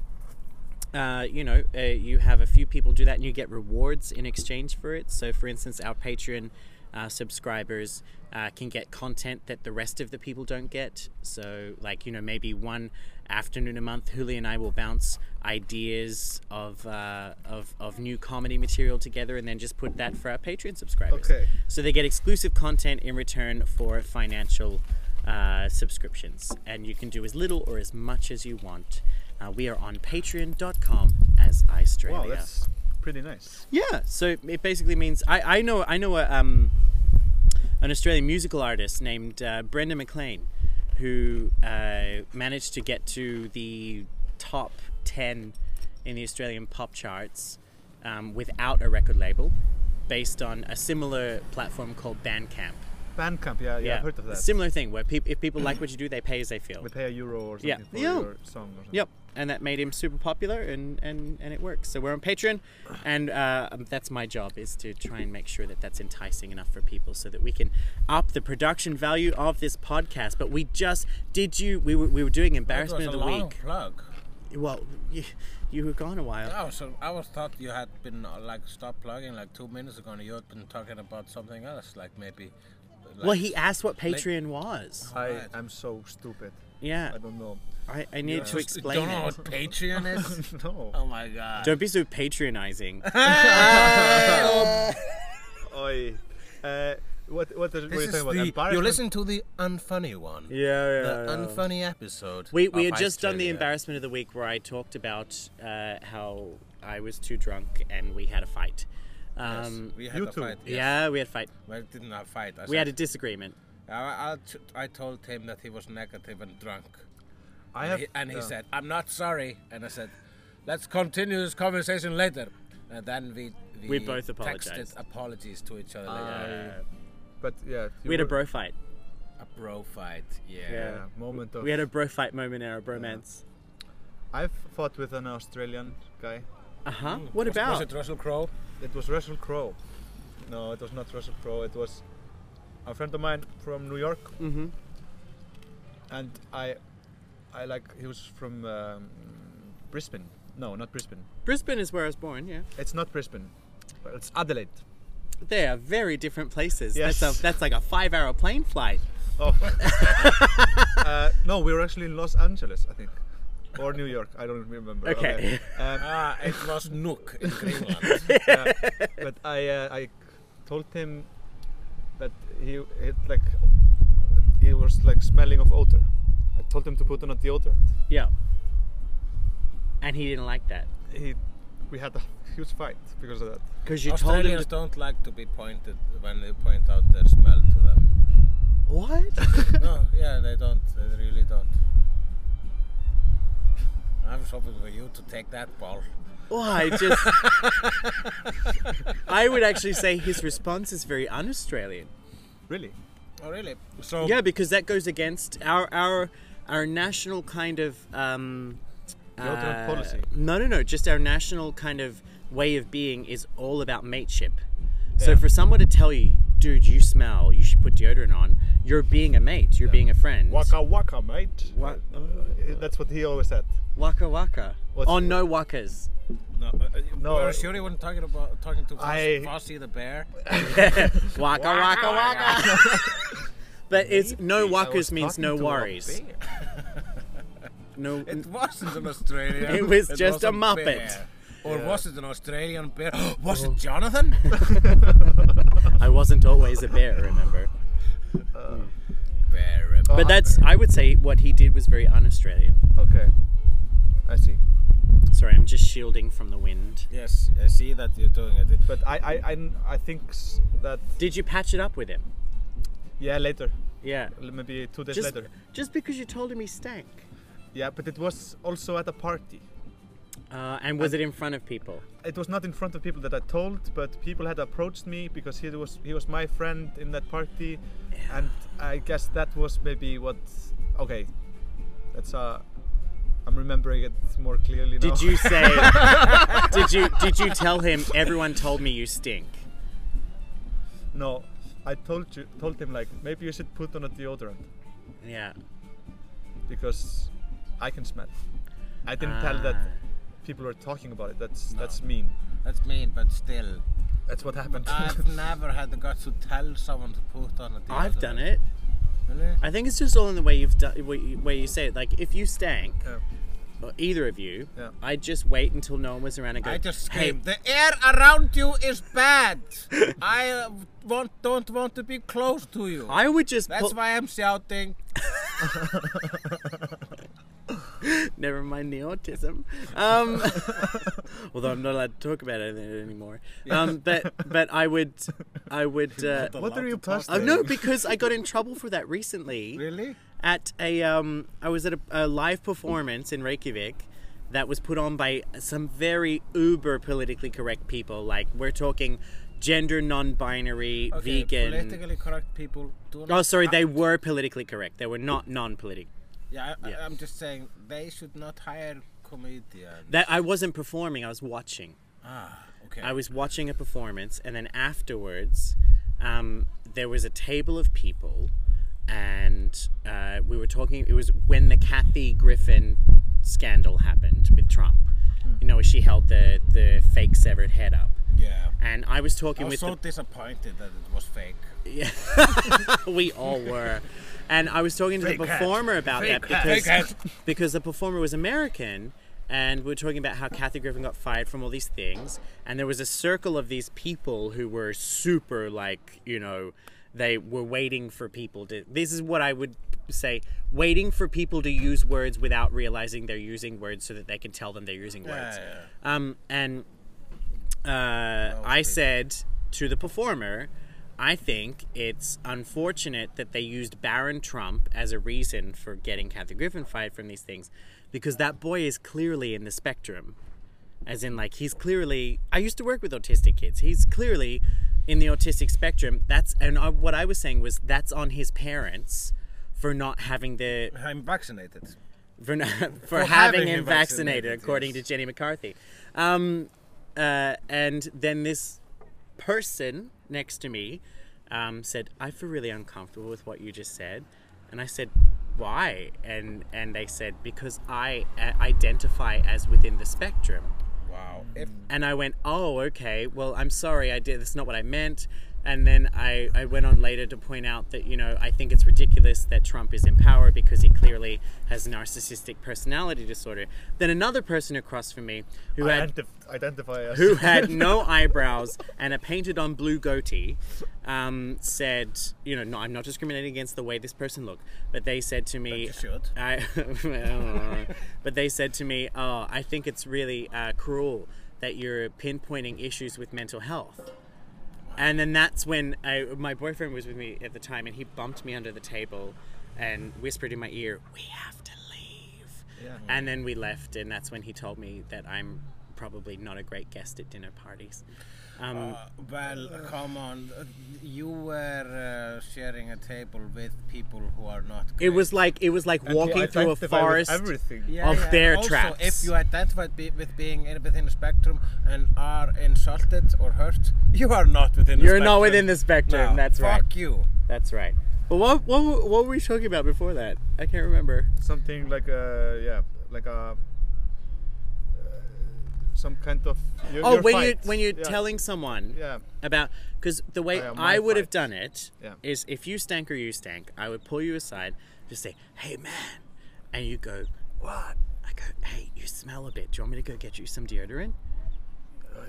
uh, you know, uh, you have a few people do that and you get rewards in exchange for it. So, for instance, our Patreon uh, subscribers uh, can get content that the rest of the people don't get. So, like, you know, maybe one afternoon a month, Huli and I will bounce ideas of, uh, of, of new comedy material together and then just put that for our Patreon subscribers.
Okay.
So they get exclusive content in return for financial uh, subscriptions, and you can do as little or as much as you want. Uh, we are on Patreon.com as Australia.
Wow, that's pretty nice.
Yeah, so it basically means I, I know I know a, um, an Australian musical artist named uh, Brenda McLean who uh, managed to get to the top ten in the Australian pop charts um, without a record label, based on a similar platform called Bandcamp.
Bandcamp, yeah, yeah, I've heard of that.
Similar thing where peop if people like what you do, they pay as they feel.
they pay a euro or something
Yeah.
for
Yeah.
your song or something.
Yep, and that made him super popular, and and and it works. So we're on Patreon, and uh, um, that's my job is to try and make sure that that's enticing enough for people, so that we can up the production value of this podcast. But we just did you we were, we were doing
That was
embarrassment
a
of the
long
week.
plug.
Well, you, you were gone a while.
Oh, so I was thought you had been uh, like stopped plugging like two minutes ago, and you had been talking about something else, like maybe. Like,
well, he asked what Patreon was.
I
Right.
am so stupid.
Yeah,
I don't know. [LAUGHS]
I, I needed to
Just
explain.
uh, Don't know
it.
what Patreon
[LAUGHS]
is.
no.
oh my god.
Don't be so patronizing.
Oi. Uh, what what are, what
Oh.
are
This
you
is
talking about?
the-
Embarrassment?
you listen to the unfunny one.
yeah,
The unfunny episode.
We, we
of
had just done the
Australia.
embarrassment of the week where I talked about uh, how I was too drunk and we had a fight. Um,
We had
You
a
two.
fight. yes.
Yeah, we had a fight.
Well, it didn't have fight. I
We had a
said-
disagreement.
I, I t- I told him that he was negative and drunk.
I
And
have,
he, and he
yeah.
said, I'm not sorry. And I said, let's continue this conversation later. And then we
We both apologized. Ah.
texted apologies to each other later.
But yeah, you
Uh, We had a
were-
bro fight.
a bro fight, yeah.
Yeah, moment of.
We had a bro fight moment in our bromance.
I've fought with an Australian guy.
Uh huh. What
Was, was
about?
it Russell Crowe?
It was Russell Crowe. No, it was not Russell Crowe. It was a friend of mine from New York. Mm-hmm. And I, I like he was from um, Brisbane. No, not Brisbane.
Brisbane is where I was born. Yeah.
It's not Brisbane. But it's Adelaide.
They are very different places. That's
Yes.
a, that's like a five-hour plane flight.
Oh. [LAUGHS] uh, no, we were actually in Los Angeles, I think, or New York. I don't remember.
Okay.
Um,
Ah, it was Nook
[LAUGHS]
in Greenland.
[LAUGHS] but I uh, I told him that he it like he was like smelling of odor. I told him to put on a deodorant.
Yeah. And he didn't like that
He we had a huge fight because of that.
because you told him.
Australians
To,
don't like to be pointed when they point out their smell to
[LAUGHS]
them.
what?
No, yeah, they don't. They really don't. I was hoping for you to take that ball.
Well, I just. I would actually say his response is very un Australian.
Really?
Oh, really? So
Yeah, because that goes against our our our national kind of. Um,
Deodorant policy.
No, no, no. Just our national kind of way of being is all about mateship. So
Yeah.
for someone to tell you, dude, you smell, you should put deodorant on, you're being a mate, you're being a friend.
Waka waka, mate.
Wa-
Uh, That's what he always said.
Waka waka.
What's-
oh, no wakas.
No, uh,
No,
no.
I-
We're sure you weren't talking about talking to
I-
Fossy, Fossy the bear.
Waka waka waka. but it's no wakas means no worries. No,
It wasn't an Australian.
[LAUGHS] It was just a
a
Muppet. Oh.
bear. Or was it an Australian bear? [GASPS] was it
[LAUGHS]
Jonathan?
I wasn't always a bear, remember?
bear.
But that's, I would say, what he did was very un Australian.
Okay. I see.
Sorry, I'm just shielding from the wind.
Yes, I see that you're doing it.
But I I, I, I think s- that
Did you patch it up with him?
yeah later
Yeah.
maybe two days
Just,
later.
just because you told him he stank.
Yeah, but it was also at a party.
Uh, and was it in front of people?
It was not in front of people that I told, but people had approached me because he was he was my friend in that party, and I guess that was maybe what. Okay, that's uh, I'm remembering it more clearly now.
Did you say? did you did you tell him? Everyone told me you stink.
[LAUGHS] No, I told you told him like maybe you should put on a deodorant
Yeah.
because I can smell. I didn't tell that
Ah.
people were talking about it. That's that's mean.
That's mean, but still.
That's what happened.
[LAUGHS]
[LAUGHS]
I've never had the guts to tell someone to put on a deodorant.
I've done it.
Really?
I think it's just all in the way you've done, where you, where you say it. Like if you stank,
Yeah.
or either of you,
Yeah.
I'd just wait until no one was around and go.
I just
hey,
screamed. The air around you is
[LAUGHS]
bad. I uh, want, don't want to be close to you.
I would just.
That's
pull-
why I'm shouting.
Never mind the autism.
[LAUGHS]
Um, [LAUGHS] although I'm not allowed to talk about it anymore. Um, but but I
[LAUGHS]
would I would. Uh,
what are you posting?
oh no, because I got in trouble for that recently.
Really?
at a um, I was at a, a live performance in Reykjavik that was put on by some very uber politically correct people. Like we're talking gender non-binary,
Okay, Ah.
vegan.
Politically correct people do not.
Oh, sorry,
I-
they were politically correct. They were not non-political.
Yeah, I,
Yeah.
I, I'm just saying they should not hire comedians.
That I wasn't performing. I was watching.
Ah, okay.
I was watching a performance, and then afterwards, um, there was a table of people, and uh, we were talking. It was when the Kathy Griffin scandal happened with Trump. You know, where she held the the fake severed head up,
yeah.
and I was talking
I was
with
so
the
disappointed that it was fake.
[LAUGHS] we all were. And I was talking to the
Fake hat.
performer about
Fake hat.
that because,
Fake
because the performer was American and we were talking about how Kathy Griffin got fired from all these things. And there was a circle of these people who were super, like, you know, they were waiting for people to. This is what I would say waiting for people to use words without realizing they're using words so that they can tell them they're using words.
yeah.
Um, and uh, I said to the performer, I think it's unfortunate that they used Barron Trump as a reason for getting Kathy Griffin fired from these things because that boy is clearly in the spectrum. As in, like, he's clearly. I used to work with autistic kids. He's clearly in the autistic spectrum. That's. And I, what I was saying was that's on his parents for not having the
I'm vaccinated.
for, not, [LAUGHS] for, having,
having
him
him
vaccinated,
vaccinated,
according
yes.
to Jenny McCarthy. Um, uh, and then this person next to me um, said, "I feel really uncomfortable with what you just said," and I said, "Why?" and and they said, "Because I uh, identify as within the spectrum."
Wow. If
And I went, "Oh, okay. Well, I'm sorry. I did. That's not what I meant." And then I, I went on later to point out that, you know, I think it's ridiculous that Trump is in power because he clearly has narcissistic personality disorder. Then another person across from me who
I
had
identif- identify as [LAUGHS]
who had no eyebrows and a painted on blue goatee, um, said, you know, no, I'm not discriminating against the way this person looked, but they said to me,
But you should.
I, [LAUGHS] well, but they said to me, oh, I think it's really uh, cruel that you're pinpointing issues with mental health. And then that's when I, my boyfriend was with me at the time, and he bumped me under the table and whispered in my ear, "We have to leave."
Yeah.
And then we left, and that's when he told me that I'm probably not a great guest at dinner parties. Um,
Uh, well, come on. Uh, You were uh, sharing a table with people who are not.
it
Great.
was like it was like
and who
walking through a
identify with
forest.
Everything.
of their
also,
traps.
if you identify be- with being in- within the spectrum and are insulted or hurt, you are not within. the
You're
spectrum.
not within the spectrum,
No,
that's
fuck
right.
you.
That's right. But what, what what were we talking about before that? I can't remember.
Something like a yeah, like a. uh, Some kind of your,
oh,
your
when
fight.
you when you're
yeah.
telling someone
yeah Oh,
about because the way
Yeah,
I
my
would have
fight.
done it is
Yeah.
if you stank or you stank, I would pull you aside, just say, "Hey, man," and you go, "What?" I go, "Hey, you smell a bit. Do you want me to go get you some deodorant?"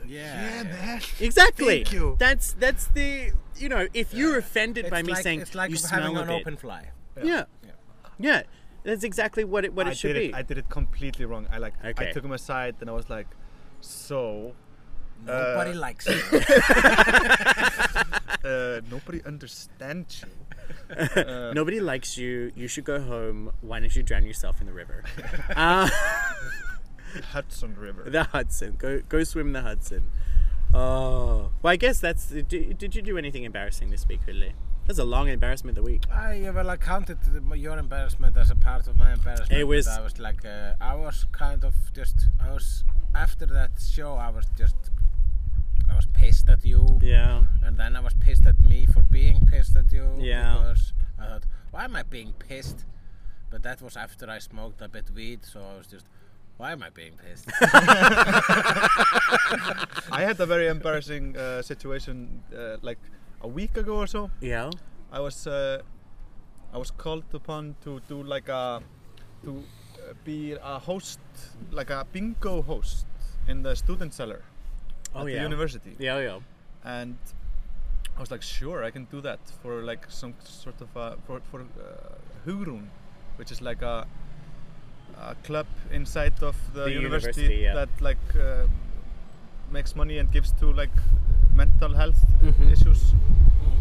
Yeah.
man
Exactly.
Thank you.
That's that's the you know if you're offended
It's
by me
like,
saying
it's like
you
having
smell a
an
bit.
open fly.
yeah. yeah. That's exactly what it what it
I
should
did
be.
it I did it completely wrong I like
Okay.
I took him aside and I was like so
Nobody likes it.
uh, nobody understands you
Nobody likes you. You should go home. Why don't you drown yourself in the
[LAUGHS]
river? uh,
Hudson River.
[LAUGHS] the Hudson. Go go swim in the Hudson. Oh, well, I guess that's. Did, did you do anything embarrassing this week, really? That's a long embarrassment of the week.
I uh, well, I counted the- your embarrassment as a part of my embarrassment.
It was-
but I was like, uh, I was kind of just, I was after that show, I was just, I was pissed at you,
Yeah.
and then I was pissed at me for being pissed at you.
Yeah.
Because I thought, why am I being pissed? But that was after I smoked a bit weed, so I was just, why am I being [LAUGHS] pissed?
I had a very embarrassing uh, situation uh, like a week ago or so.
Yeah.
I was uh, I was called upon to do like a to uh, be a host, like a bingo host in the student cellar
Oh
at the
yeah.
university.
Yeah, yeah.
and I was like, sure, I can do that for like some sort of a, for for uh, Hugrun, which is like a, a club inside of the,
The
university,
university, yeah.
that like uh, makes money and gives to like mental health
Mm-hmm.
issues.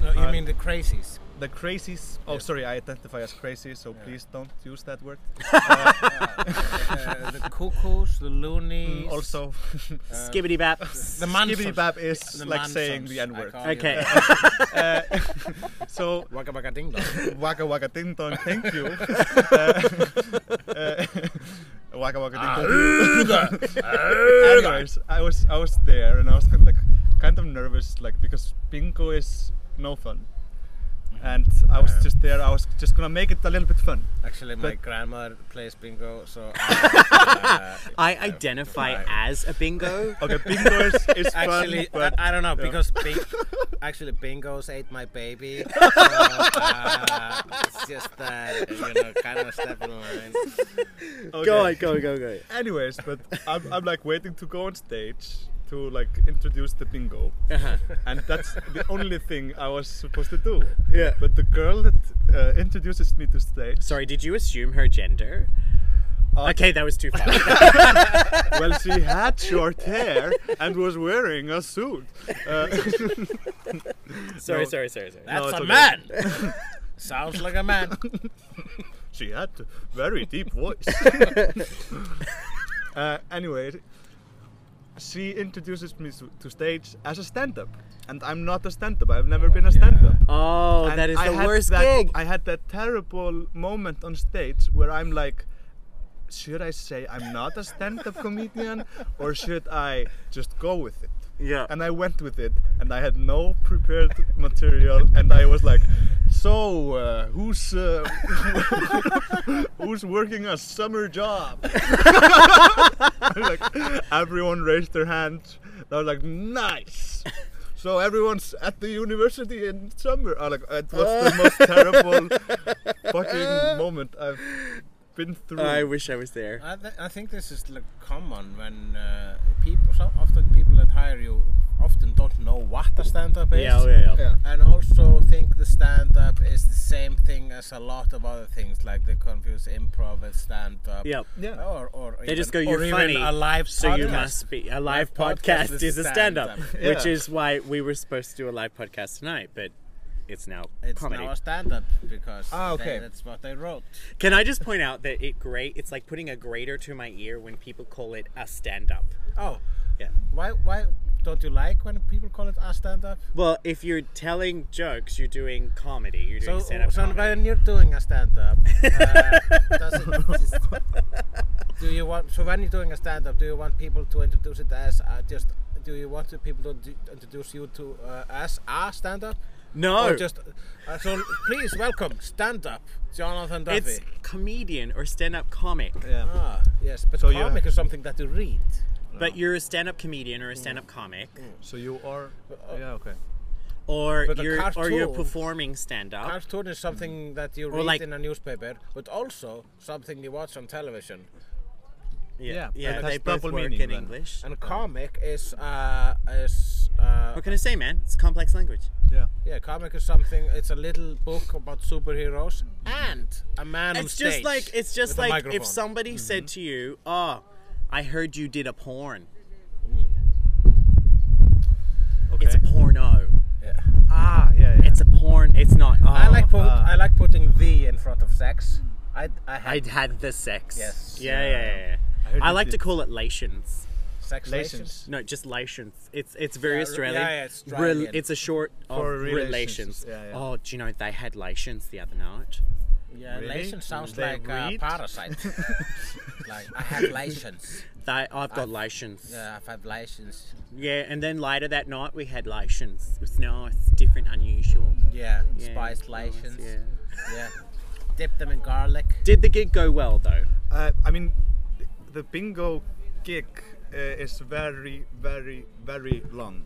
no, you
Uh,
mean the crazies?
The crazies. Oh,
Yeah.
sorry, I identify as crazy, so please don't use that word.
uh, the cuckoos, the loonies.
Mm,
[LAUGHS]
also, Uh,
Skibbity
[LAUGHS]
baps.
The man.
Skibbity Bab is like saying the N word.
[LAUGHS]
[LAUGHS]
Okay.
So
Waka waka ding
[LAUGHS]
dong.
Waka Waka Ding Dong, thank
[LAUGHS]
you. [LAUGHS] Uh, uh, waka Waka
Ah.
Ding Dong. [LAUGHS]
[LAUGHS]
Anyways, I was I was there and I was kind of like kind of nervous, like because bingo is no fun, and I
Mm-hmm.
was
Yeah.
just there. I was just gonna make it a little bit fun.
Actually, my
But-
grandma plays bingo, so I,
[LAUGHS]
uh,
I identify
Right.
as a bingo.
[LAUGHS]
[LAUGHS]
Okay, bingo is,
[LAUGHS]
is fun,
actually uh,
but
I, I don't know
[LAUGHS]
because bing- actually bingos ate my baby. So, uh, it's just that you know, kind of a step in line.
okay.
Go on, go, go, go.
[LAUGHS] Anyways, but I'm, I'm like waiting to go on stage to like introduce the bingo,
Uh-huh.
and that's the only thing I was supposed to do.
Yeah.
But the girl that uh, introduces me to stage.
Sorry, did you assume her gender?
Uh,
Okay, that was too
[LAUGHS]
far. [LAUGHS]
well, she had short hair and was wearing a suit. Uh,
sorry,
No.
sorry, sorry, sorry.
That's
it's
a
okay.
man.
[LAUGHS]
[LAUGHS]
Sounds like a man.
she had a very deep voice. [LAUGHS] uh, anyway, she introduces me to, to stage as a stand-up, and I'm not a stand-up. I've never been a stand-up.
Oh,
And
that is
I
the
had
worst
that,
gig.
I had that terrible moment on stage where I'm like, should I say I'm not a stand-up comedian, or should I just go with it?
Yeah.
And I went with it, and I had no prepared material, and I was like, so uh, who's uh, [LAUGHS] who's working a summer job? [LAUGHS] like everyone raised their hands. I was like, nice. So everyone's at the university in summer. I like it was the most terrible fucking moment I've been through.
I wish I was there.
I, th- I think this is like common when uh, people, so often people that hire you often don't know what a stand-up is.
Yeah, yeah, yeah.
Yeah.
And also think the stand-up is the same thing as a lot of other things, like they confuse improv with stand-up.
Yep.
Yeah.
Or, or
They just go,
even-
you're
or
funny,
Even a live
so you
podcast.
must be. A live
Live
podcast,
podcast
is,
is
a stand-up,
stand-up.
which
Yeah.
is why we were supposed to do a live podcast tonight, but it's now
It's
comedy.
now a stand-up because
Ah,
they-
okay.
that's what they wrote.
Can I just point out that it great? It's like putting a grater to my ear when people call it a stand-up.
Oh,
Yeah.
why why don't you like when people call it a stand-up?
Well, if you're telling jokes, you're doing comedy. You're doing
So,
stand-up
so
comedy.
when you're doing a
[LAUGHS]
stand-up, uh, does it, just- do you want? So when you're doing a stand-up, do you want people to introduce it as uh, just? Do you want to- people to d- introduce you to uh, as a stand-up?
no,
Or just uh, so please welcome stand-up Jonathan Duffy.
it's comedian or stand-up comic.
Yeah.
Ah, yes, but
So you
comic
have-
is something that you read.
But you're a stand-up comedian
Mm.
or a stand-up comic,
So you are. Yeah. Okay.
or
But a
you're or you're
cartoon-
performing stand-up.
Cartoon is something that you read
Mm. like-
in a newspaper, but also something you watch on television.
Yeah,
yeah,
it
they
has
both
double
work in
meaning then.
English.
And comic is uh, is uh,
What can I say, man? It's complex language.
Yeah.
Yeah, comic is something. It's a little book about superheroes and a man on
It's
stage.
just like it's just
with a
like if
microphone.
somebody said to you, "Oh, I heard you did a porn."
Okay.
It's a porno.
Yeah.
ah. Yeah. yeah.
It's a porn. It's not. Oh,
I like po-
ah.
like putting the in front of sex. I, I had
I'd had the sex.
Yes.
Yeah, yeah, yeah. yeah.
I heard
I,
you
like to
did.
call it lations.
sex relations.
Relations.
No, just lations. It's it's very
Yeah, re-
Australian.
yeah, yeah, it's Australian.
it's a short of
For
relations.
relations, yeah, yeah.
Oh, do you know they had lations the other night?
Yeah,
Really?
relations sounds
They
like uh,
read? [LAUGHS]
parasite. like I have relations.
They, I've got lations.
Yeah, I've had relations.
Yeah, and then later that night we had lations. It was nice, different, unusual.
Yeah,
Yeah,
spiced
it was nice,
relations.
yeah.
yeah. Dip them in garlic.
Did the gig go well though?
Uh, I mean, th- the bingo gig uh, is very, very, very long.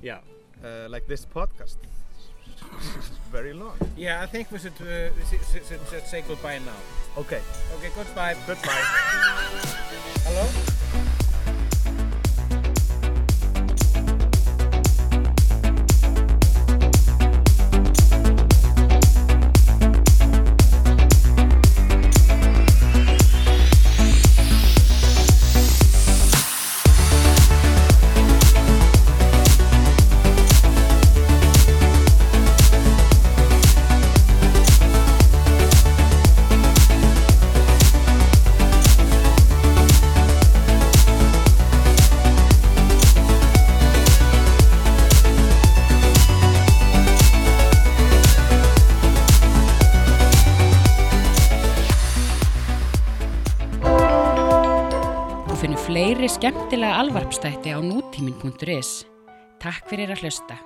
Yeah.
Uh, like this podcast, [LAUGHS] It's very long.
Yeah, I think we should, uh, we should, should, should- should say goodbye now.
Okay,
Okay, goodbye.
goodbye.
[LAUGHS] Hello?
Þú finnur fleiri skemmtilega alvarpstætti á nútímin.is. Takk fyrir að hlusta.